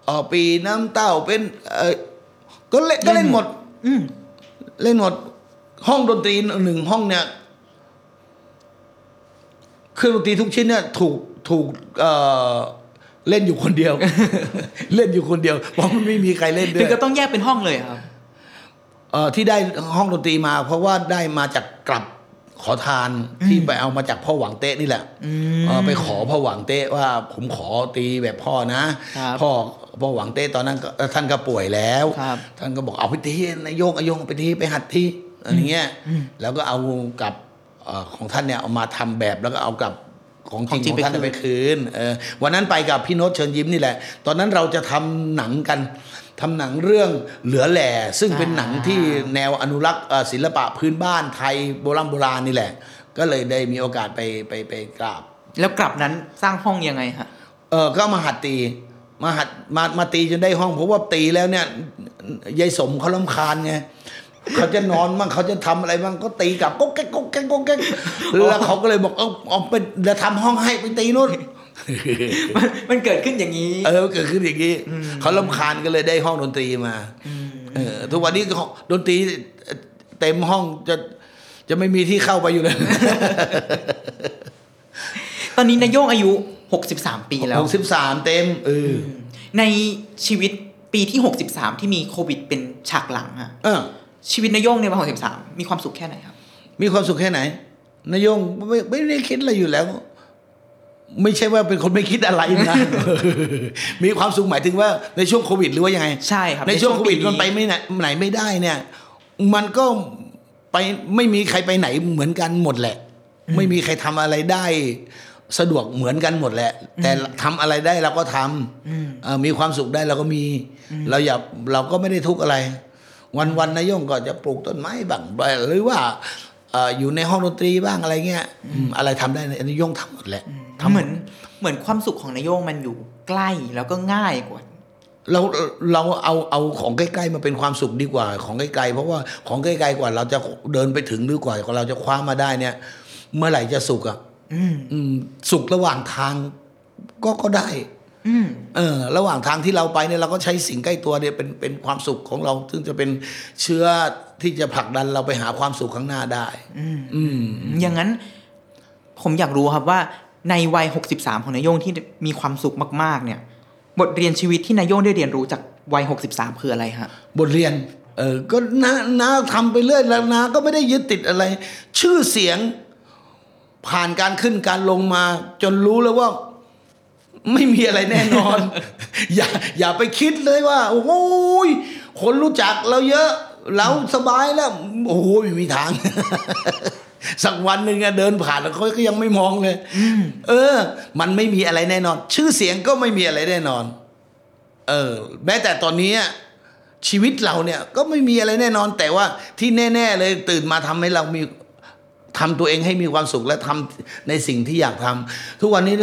Speaker 1: เอ่อปีน้ำเต้าเป็นเอ่อก็เล่นก็เล่นหมด
Speaker 4: อืม
Speaker 1: เล่นหมดห้องดนตรีหนึ่งห้องเนี่ยเครื่องดนตรีทุกชิ้นเนี่ยถูกถูกเอ่อเล่นอยู่คนเดียว เล่นอยู่คนเดียวเพราะมันไม่มีใครเล่นด้ว
Speaker 4: ถึง
Speaker 1: ย
Speaker 4: ก็ต้องแยกเป็นห้องเลยอะครับ
Speaker 1: เอ่อที่ได้ห้องดนตรีมา เพราะว่าได้มาจากกลับขอทานที่ไปเอามาจากพ่อหวังเตะนี่แหละเอ่อไปขอพ่อหวังเตะว่าผมขอตีแบบพ่อนะครับ พ่อพ่อหวังเตะตอนนั้นก็ท่านก็ป่วยแล้ว
Speaker 4: ครับ
Speaker 1: ท่านก็บอกเอาไปทีนายโยงอายงไปทีไปหัดทีอะไรเงี้ยแล้วก็เอากับเอ่อของท่านเนี่ยเอามาทำแบบแล้วก็เอากับของจริง
Speaker 4: ของจริง
Speaker 1: ของท่าน
Speaker 4: ไปคืน
Speaker 1: ไปคืนเออวันนั้นไปกับพี่โน้ตเชิญยิ้มนี่แหละ ตอนนั้นเราจะทำหนังกันทำหนังเรื่องเหลือแหล่ ซึ่งเป็นหนังที่แนวอนุรักษ์เอ่อศิลปะพื้นบ้านไทยโบราณโบราณนี่แหละ ก็เลยได้มีโอกาสไปไปไปกราบ
Speaker 4: แล้วกลับนั้นสร้างห้องยังไงฮะ
Speaker 1: เออก็มาหัดตีมาหัดมามาตีจนได้ห้องเพราะว่าตีแล้วเนี่ยยายสมเขาลำคาญไงเขาจะนอนบ้างเขาจะทำอะไรบ้างก็ตีกลับก็แก๊กก็แก๊กก็แก๊กแล้วเขาก็เลยบอกเอาเอาไปเดี๋ยวทำห้องให้ไปตีนู่น
Speaker 4: มันมันเกิดขึ้นอย่างนี้
Speaker 1: เออเกิดขึ้นอย่างนี้เขาลำคาญก็เลยได้ห้องดนตรีมาเออทุกวันนี้ก็ดนตรีเต็มห้องจะจะไม่มีที่เข้าไปอยู่เลย
Speaker 4: ตอนนี้นายโยงอายุ 63 ปีแล้ว
Speaker 1: หกสิบสามเต็มเออ
Speaker 4: ในชีวิตปีที่ 63 ที่มีโควิดเป็นฉากหลังอะ
Speaker 1: เออ
Speaker 4: ชีวิตนายโยงในวัย63 มีความสุขแค่ไหนครับ
Speaker 1: มีความสุขแค่ไหนนายโยงไม่ไม่ได้คิดอะไรอยู่แล้ว ไม่ใช่ว่าเป็นคนไม่คิดอะไรนะ มีความสุขหมายถึงว่าในช่วงโควิดหรือว่ายังไง
Speaker 4: ใช่ครับ
Speaker 1: ในช่วงโควิด
Speaker 4: ในช่วงปีนี้
Speaker 1: มันไปไม่ไหนไหนไม่ได้เนี่ย มันก็ไปไม่มีใครไปไหนเหมือนกันหมดแหละ ไม่มีใครทำอะไรได้ สะดวกเหมือนกันหมดแหละ แต่ทำอะไรได้เราก็ทำเอ่อมีความสุขได้เราก็มี เราอย่าเราก็ไม่ได้ทุกข์อะไร วันวันๆนายโยงก็จะปลูกต้นไม้บ้างหรือว่าเอ่ออยู่ในห้องดนตรีบ้างอะไรเงี้ยอืมอะไรทำได้นายโยงทำหมดแหละทำ
Speaker 4: เหมือนเหมือนความสุขของนายโยงมันอยู่ใกล้แล้วก็ง่ายกว่า
Speaker 1: เราเราเอาเอาของใกล้ๆมาเป็นความสุขดีกว่า ของใกล้ๆเพราะว่าของใกล้ๆกว่าเราจะเดินไปถึงหรือกว่าเราจะคว้ามาได้เนี่ย เมื่อไหร่จะสุขอ่ะ
Speaker 4: อืม
Speaker 1: อืมสุขระหว่างทางก็ก็ได้
Speaker 4: อืม
Speaker 1: เออ ระหว่างทางที่เราไปเนี่ยเราก็ใช้สิ่งใกล้ตัวเนี่ยเป็นเป็นความสุขของเรา ซึ่งจะเป็นเชื้อที่จะผลักดันเราไปหาความสุขข้างหน้าได้ อืม
Speaker 4: อย่างนั้นผมอยากรู้ครับว่าในวัย 63 ของนายโยงที่มีความสุขมาก ๆ เนี่ย บทเรียนชีวิตที่นายโยงได้เรียนรู้จากวัย 63 คืออะไรฮะ
Speaker 1: บทเรียน เออก็น้าน้าทำไปเรื่อยแล้วน้าก็ไม่ได้ยึดติดอะไร ชื่อเสียงผ่านการขึ้นการลงมา จนรู้แล้วว่า ไม่มีอะไรแน่นอน อย่าอย่าไปคิดเลยว่า โอ้ยคนรู้จักเราเยอะ เราสบายแล้ว โอ้โหไม่มีทาง สักวันหนึ่งอะเดินผ่านแล้วเขาก็ยังไม่มองเลยเออ มันไม่มีอะไรแน่นอน ชื่อเสียงก็ไม่มีอะไรแน่นอน เออ แม้แต่ตอนนี้อะชีวิตเราเนี่ย ก็ไม่มีอะไรแน่นอน แต่ว่าที่แน่ ๆ เลยตื่นมาทำให้เรามี ทำตัวเองให้มีความสุขและทำในสิ่งที่อยากทำทุกวันนี้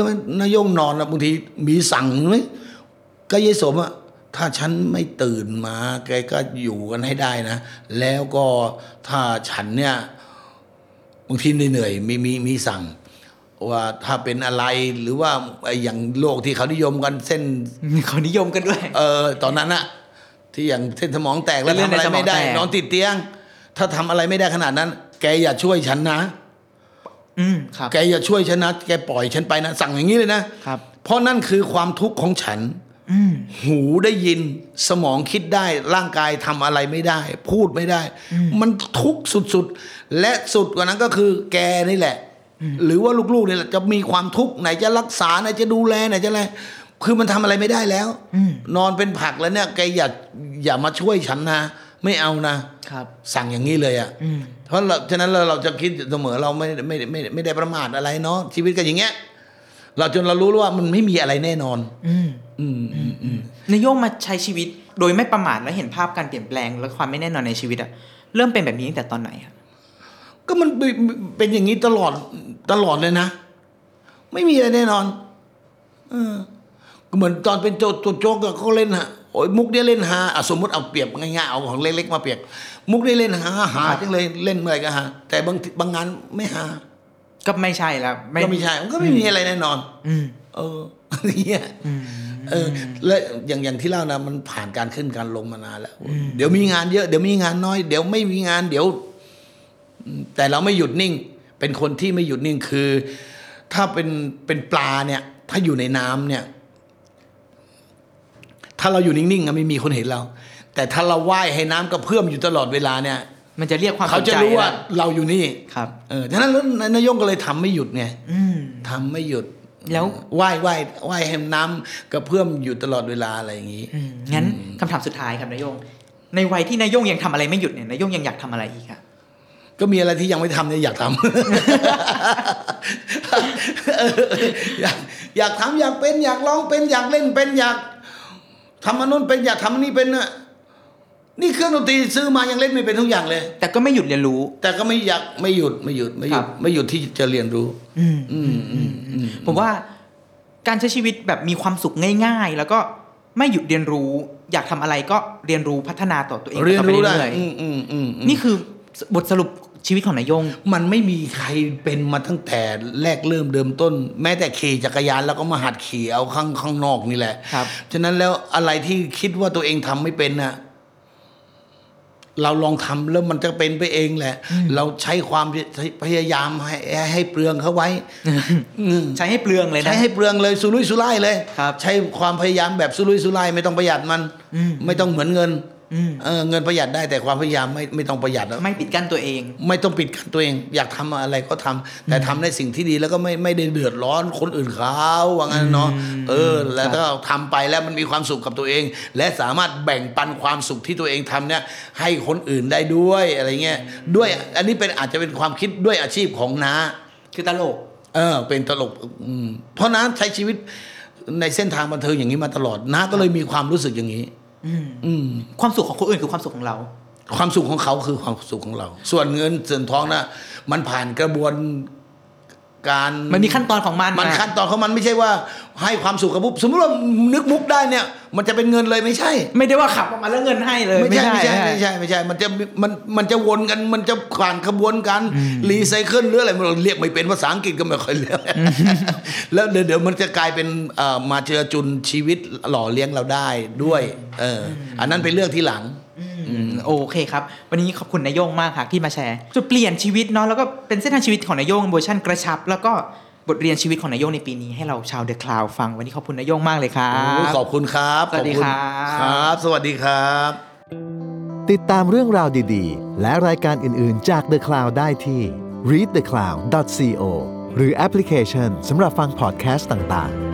Speaker 1: นายงนอนนะบางทีมีสั่งไหมก็เยายสมอะถ้าฉันไม่ตื่นมา แกก็อยู่กันให้ได้นะ แล้วก็ถ้าฉันเนี่ยบางทีเหนื่อยๆมีมีมีสั่ง ว่าถ้าเป็นอะไรหรือว่าไอ้อย่างโลกที่เขานิยมกันเส้น
Speaker 4: เขานิยมกันด้วย
Speaker 1: เออตอนนั้นอะที่อย่างเส้นสมองแตกแล้ว
Speaker 4: เรื่อ
Speaker 1: ทำ
Speaker 4: งใน
Speaker 1: อะไรไม่ได้
Speaker 4: สมองแตก
Speaker 1: นอนติดเตียง ถ้าทำอะไรไม่ได้ขนาดนั้น แกอย่าช่วยฉันนะ
Speaker 4: อืมครับ
Speaker 1: แกอย่าช่วยฉันนะแกปล่อยฉันไปนะสั่งอย่างนี้เลยนะ
Speaker 4: ครับ
Speaker 1: เพราะนั่นคือความทุกข์ของฉัน
Speaker 4: อืม
Speaker 1: หูได้ยินสมองคิดได้ร่างกายทำอะไรไม่ได้ พูดไม่ได้ มันทุกข์สุดๆ และสุดกว่านั้นก็คือแกนี่แหละ หรือว่าลูกๆเนี่ยแหละจะมีความทุกข์ไหนจะรักษาไหนจะดูแลไหนจะอะไรคือมันทำอะไรไม่ได้แล้ว
Speaker 4: อืม
Speaker 1: นอนเป็นผักแล้วเนี่ยแกอย่าอย่ามาช่วยฉันนะ ไม่เอานะ
Speaker 4: ครับ
Speaker 1: สั่งอย่างนี้เลยอ่ะ
Speaker 4: อืม
Speaker 1: เพราะเราฉะนั้นเราเราจะคิดเสมอเราไม่ไม่ไม่ไม่ไม่ได้ประมาทอะไรเนาะชีวิตก็อย่างเงี้ย เราจนเรารู้แล้วว่ามันไม่มีอะไรแน่นอน
Speaker 4: อืม
Speaker 1: อืมอืมอืม
Speaker 4: นายโยงมาใช้ชีวิตโดยไม่ประมาทและเห็นภาพการเปลี่ยนแปลงและความไม่แน่นอนในชีวิตอะเริ่มเป็นแบบนี้ตั้งแต่ตอนไหนอะ
Speaker 1: ก็มันเป็นเป็นอย่างนี้ตลอดตลอดเลยนะ ไม่มีอะไรแน่นอนเออก็เหมือนตอนเป็นโจโจโจ๊กอะเขาเล่นฮะโอ้ยมุกเนี่ยเล่นฮาอ่ะสมมติเอาเปรียบง่ายๆเอาของเล็กๆมาเปรียบ มุกเนี่ยเล่นฮาหาจังเลยเล่นเมื่อไหร่ก็ฮาแต่บางทีบางงานไม่ฮา
Speaker 4: ก็ไม่ใช่แล้ว
Speaker 1: ก็ไม่ใช่มันก็ไม่มีอะไรแน่นอน
Speaker 4: อืม
Speaker 1: เออเนี่ยเออ และอย่างอย่างที่เล่านะมันผ่านการขึ้นการลงมานานแล้ว เดี๋ยวมีงานเยอะ เดี๋ยวมีงานน้อย เดี๋ยวไม่มีงานเดี๋ยวอืมแต่เราไม่หยุดนิ่ง เป็นคนที่ไม่หยุดนิ่งคือ ถ้าเป็นเป็นปลาเนี่ย ถ้าอยู่ในน้ำเนี่ย ถ้าเราอยู่นิ่งๆอะไม่มีคนเห็นเรา แต่ถ้าเราว่ายให้น้ำกระเพื่อมอยู่ตลอดเวลาเนี่ย
Speaker 4: มันจะเรียกความ
Speaker 1: เขาจะ
Speaker 4: สน
Speaker 1: รู้ว่า
Speaker 4: แล้
Speaker 1: เราอยู่นี่
Speaker 4: ครับ
Speaker 1: เออฉะนั้นแล้วนายยงก็เลยทำไม่หยุดไง
Speaker 4: อืม
Speaker 1: ทำไม่หยุด
Speaker 4: แล้ว
Speaker 1: ว่ายว่ายว่ายให้น้ำกระเพื่อมอยู่ตลอดเวลาอะไรอย่างนี้
Speaker 4: อืมงั้นคำถามสุดท้ายครับนายโยง ในวัยที่นายโยงยังทำอะไรไม่หยุดเนี่ยนายโยงยังอยากทำอะไรอีกอะ
Speaker 1: ก็มีอะไรที่ยังไม่ทำเนี่ยอยากท ำ เอ ออยากอยากทำอยากเป็นอยากร้องเป็นอยากเล่นเป็นอยากทำอันนู้นเป็นอยากทำอันนี้เป็นน่ะนี่เครื่องดนตรีซื้อมายังเล่นไม่เป็นทุกอย่างเลย
Speaker 4: แต่ก็ไม่หยุดเรียนรู้
Speaker 1: แต่ก็ไม่อยากไม่หยุดไม่หยุดไม่หยุ
Speaker 4: ครั
Speaker 1: ด
Speaker 4: บ
Speaker 1: ไม่หยุดที่จะเรียนรู้
Speaker 4: อืม
Speaker 1: อืมอืมอืม
Speaker 4: ผมว่าการใช้ชีวิตแบบมีความสุขง่าย ๆ แล้วก็ไม่หยุดเรียนรู้ อยากทำอะไรก็เรียนรู้พัฒนาต่อตัวเอง
Speaker 1: เรียนรู้ได้
Speaker 4: ต่อป
Speaker 1: อืม
Speaker 4: เอย
Speaker 1: อืมอืมอืม
Speaker 4: ๆนี่คือบทสรุปชีวิตของนายโยง
Speaker 1: มันไม่มีใครเป็นมาตั้งแต่แรกเริ่มเดิมต้น แม้แต่ขี่จักรยานแล้วก็มาหัดขี่เอาข้างข้างนอกนี่แหละ
Speaker 4: ครับ
Speaker 1: ฉะนั้นแล้วอะไรที่คิดว่าตัวเองทำไม่เป็นน่ะ เราลองทำแล้วมันจะเป็นไปเองแหละ เราใช้ความพยายามให้ให้เปลือง เขาไว้อืม
Speaker 4: ใช้ให้เปลืองเลยนะ
Speaker 1: ใช้ให้เปลืองเลยสุรุ่ยสุร่ายเลย
Speaker 4: ครับ
Speaker 1: ใช้ความพยายามแบบสุรุ่ยสุร่ายไม่ต้องประหยัดมัน
Speaker 4: อืม
Speaker 1: ไม่ต้องเหมือนเงิน
Speaker 4: อืม
Speaker 1: เออเงินประหยัดได้แต่ความพยายามไม่ไม่ต้องประหยัดอะ
Speaker 4: ไม่ปิดกั้นตัวเอง
Speaker 1: ไม่ต้องปิดกั้นตัวเอง อยากทำอะไรก็ทำแต่ทำในสิ่งที่ดีแล้วก็ไม่ไม่ได้เดือดร้อนคนอื่นเขาว่างั้นเนาะเออ แล้วก็ทำไปแล้วมันมีความสุขกับตัวเอง และสามารถแบ่งปันความสุขที่ตัวเองทำเนี่ยให้คนอื่นได้ด้วยอะไรเงี้ยด้วยอันนี้เป็นอาจจะเป็นความคิดด้วยอาชีพของน้า
Speaker 4: คือตลก
Speaker 1: เออเป็นตลกอืมเพราะน้าใช้ชีวิตในเส้นทางบันเทิงอย่างนี้มาตลอดน้าก็เลยมีความรู้สึกอย่างนี้
Speaker 4: อืม
Speaker 1: อืม
Speaker 4: ความสุขของคนอื่นคือความสุขของเรา
Speaker 1: ความสุขของเขาคือความสุขของเรา ส่วนเงินส่วนทองนะมันผ่านกระบวนการ
Speaker 4: มันมีขั้นตอนของมัน
Speaker 1: มัน
Speaker 4: อะ
Speaker 1: ขั้นตอนของมันไม่ใช่ว่า ให้ความสุขกับปุ๊บสมมติว่านึกมุกได้เนี่ย มันจะเป็นเงินเลยไม่ใช่
Speaker 4: ไม่ได้ว่าขับออกมาแล้วเงินให้เลย
Speaker 1: ไม่ใช่ไม่ใช่ไม่ใช่ไม่ใช่ มันจะมันมันจะวนกันมันจะผ่านขบวนการรีไซเคิลหรืออะไรมันเรียกไม่เป็นภาษาอังกฤษก็ไม่ค่อย เรียกแล้วเดี๋ยวเดี๋ยวมันจะกลายเป็นเอ่อมาเจือจุนชีวิตหล่อเลี้ยงเราได้ด้วย เออ อันนั้นเป็นเรื่องที่หลัง
Speaker 4: อืมโอเคครับ วันนี้ขอบคุณนายโยงมากค่ะที่มาแชร์จุดเปลี่ยนชีวิตเนาะแล้วก็เป็นเส้นทางชีวิตของนายโยงเวอร์ชันกระชับ แล้วก็บทเรียนชีวิตของนายโยงในปีนี้ให้เราชาวเดอะคลาวฟังวันนี้ขอบคุณนายโยงมากเลยครั
Speaker 1: โอ้ยข
Speaker 4: บ
Speaker 1: อบคุณครับ
Speaker 4: สวัสดี
Speaker 1: ขอณ
Speaker 4: ครับ
Speaker 1: ครับ สวัสดีครับ
Speaker 2: ติ ติดตามเรื่องราวดีๆ และรายการอื่นๆจาก The Cloud ได้ที่ readthecloud.co หรือแอปพลิเคชันสำหรับฟังพอดแคสต์ต่างๆ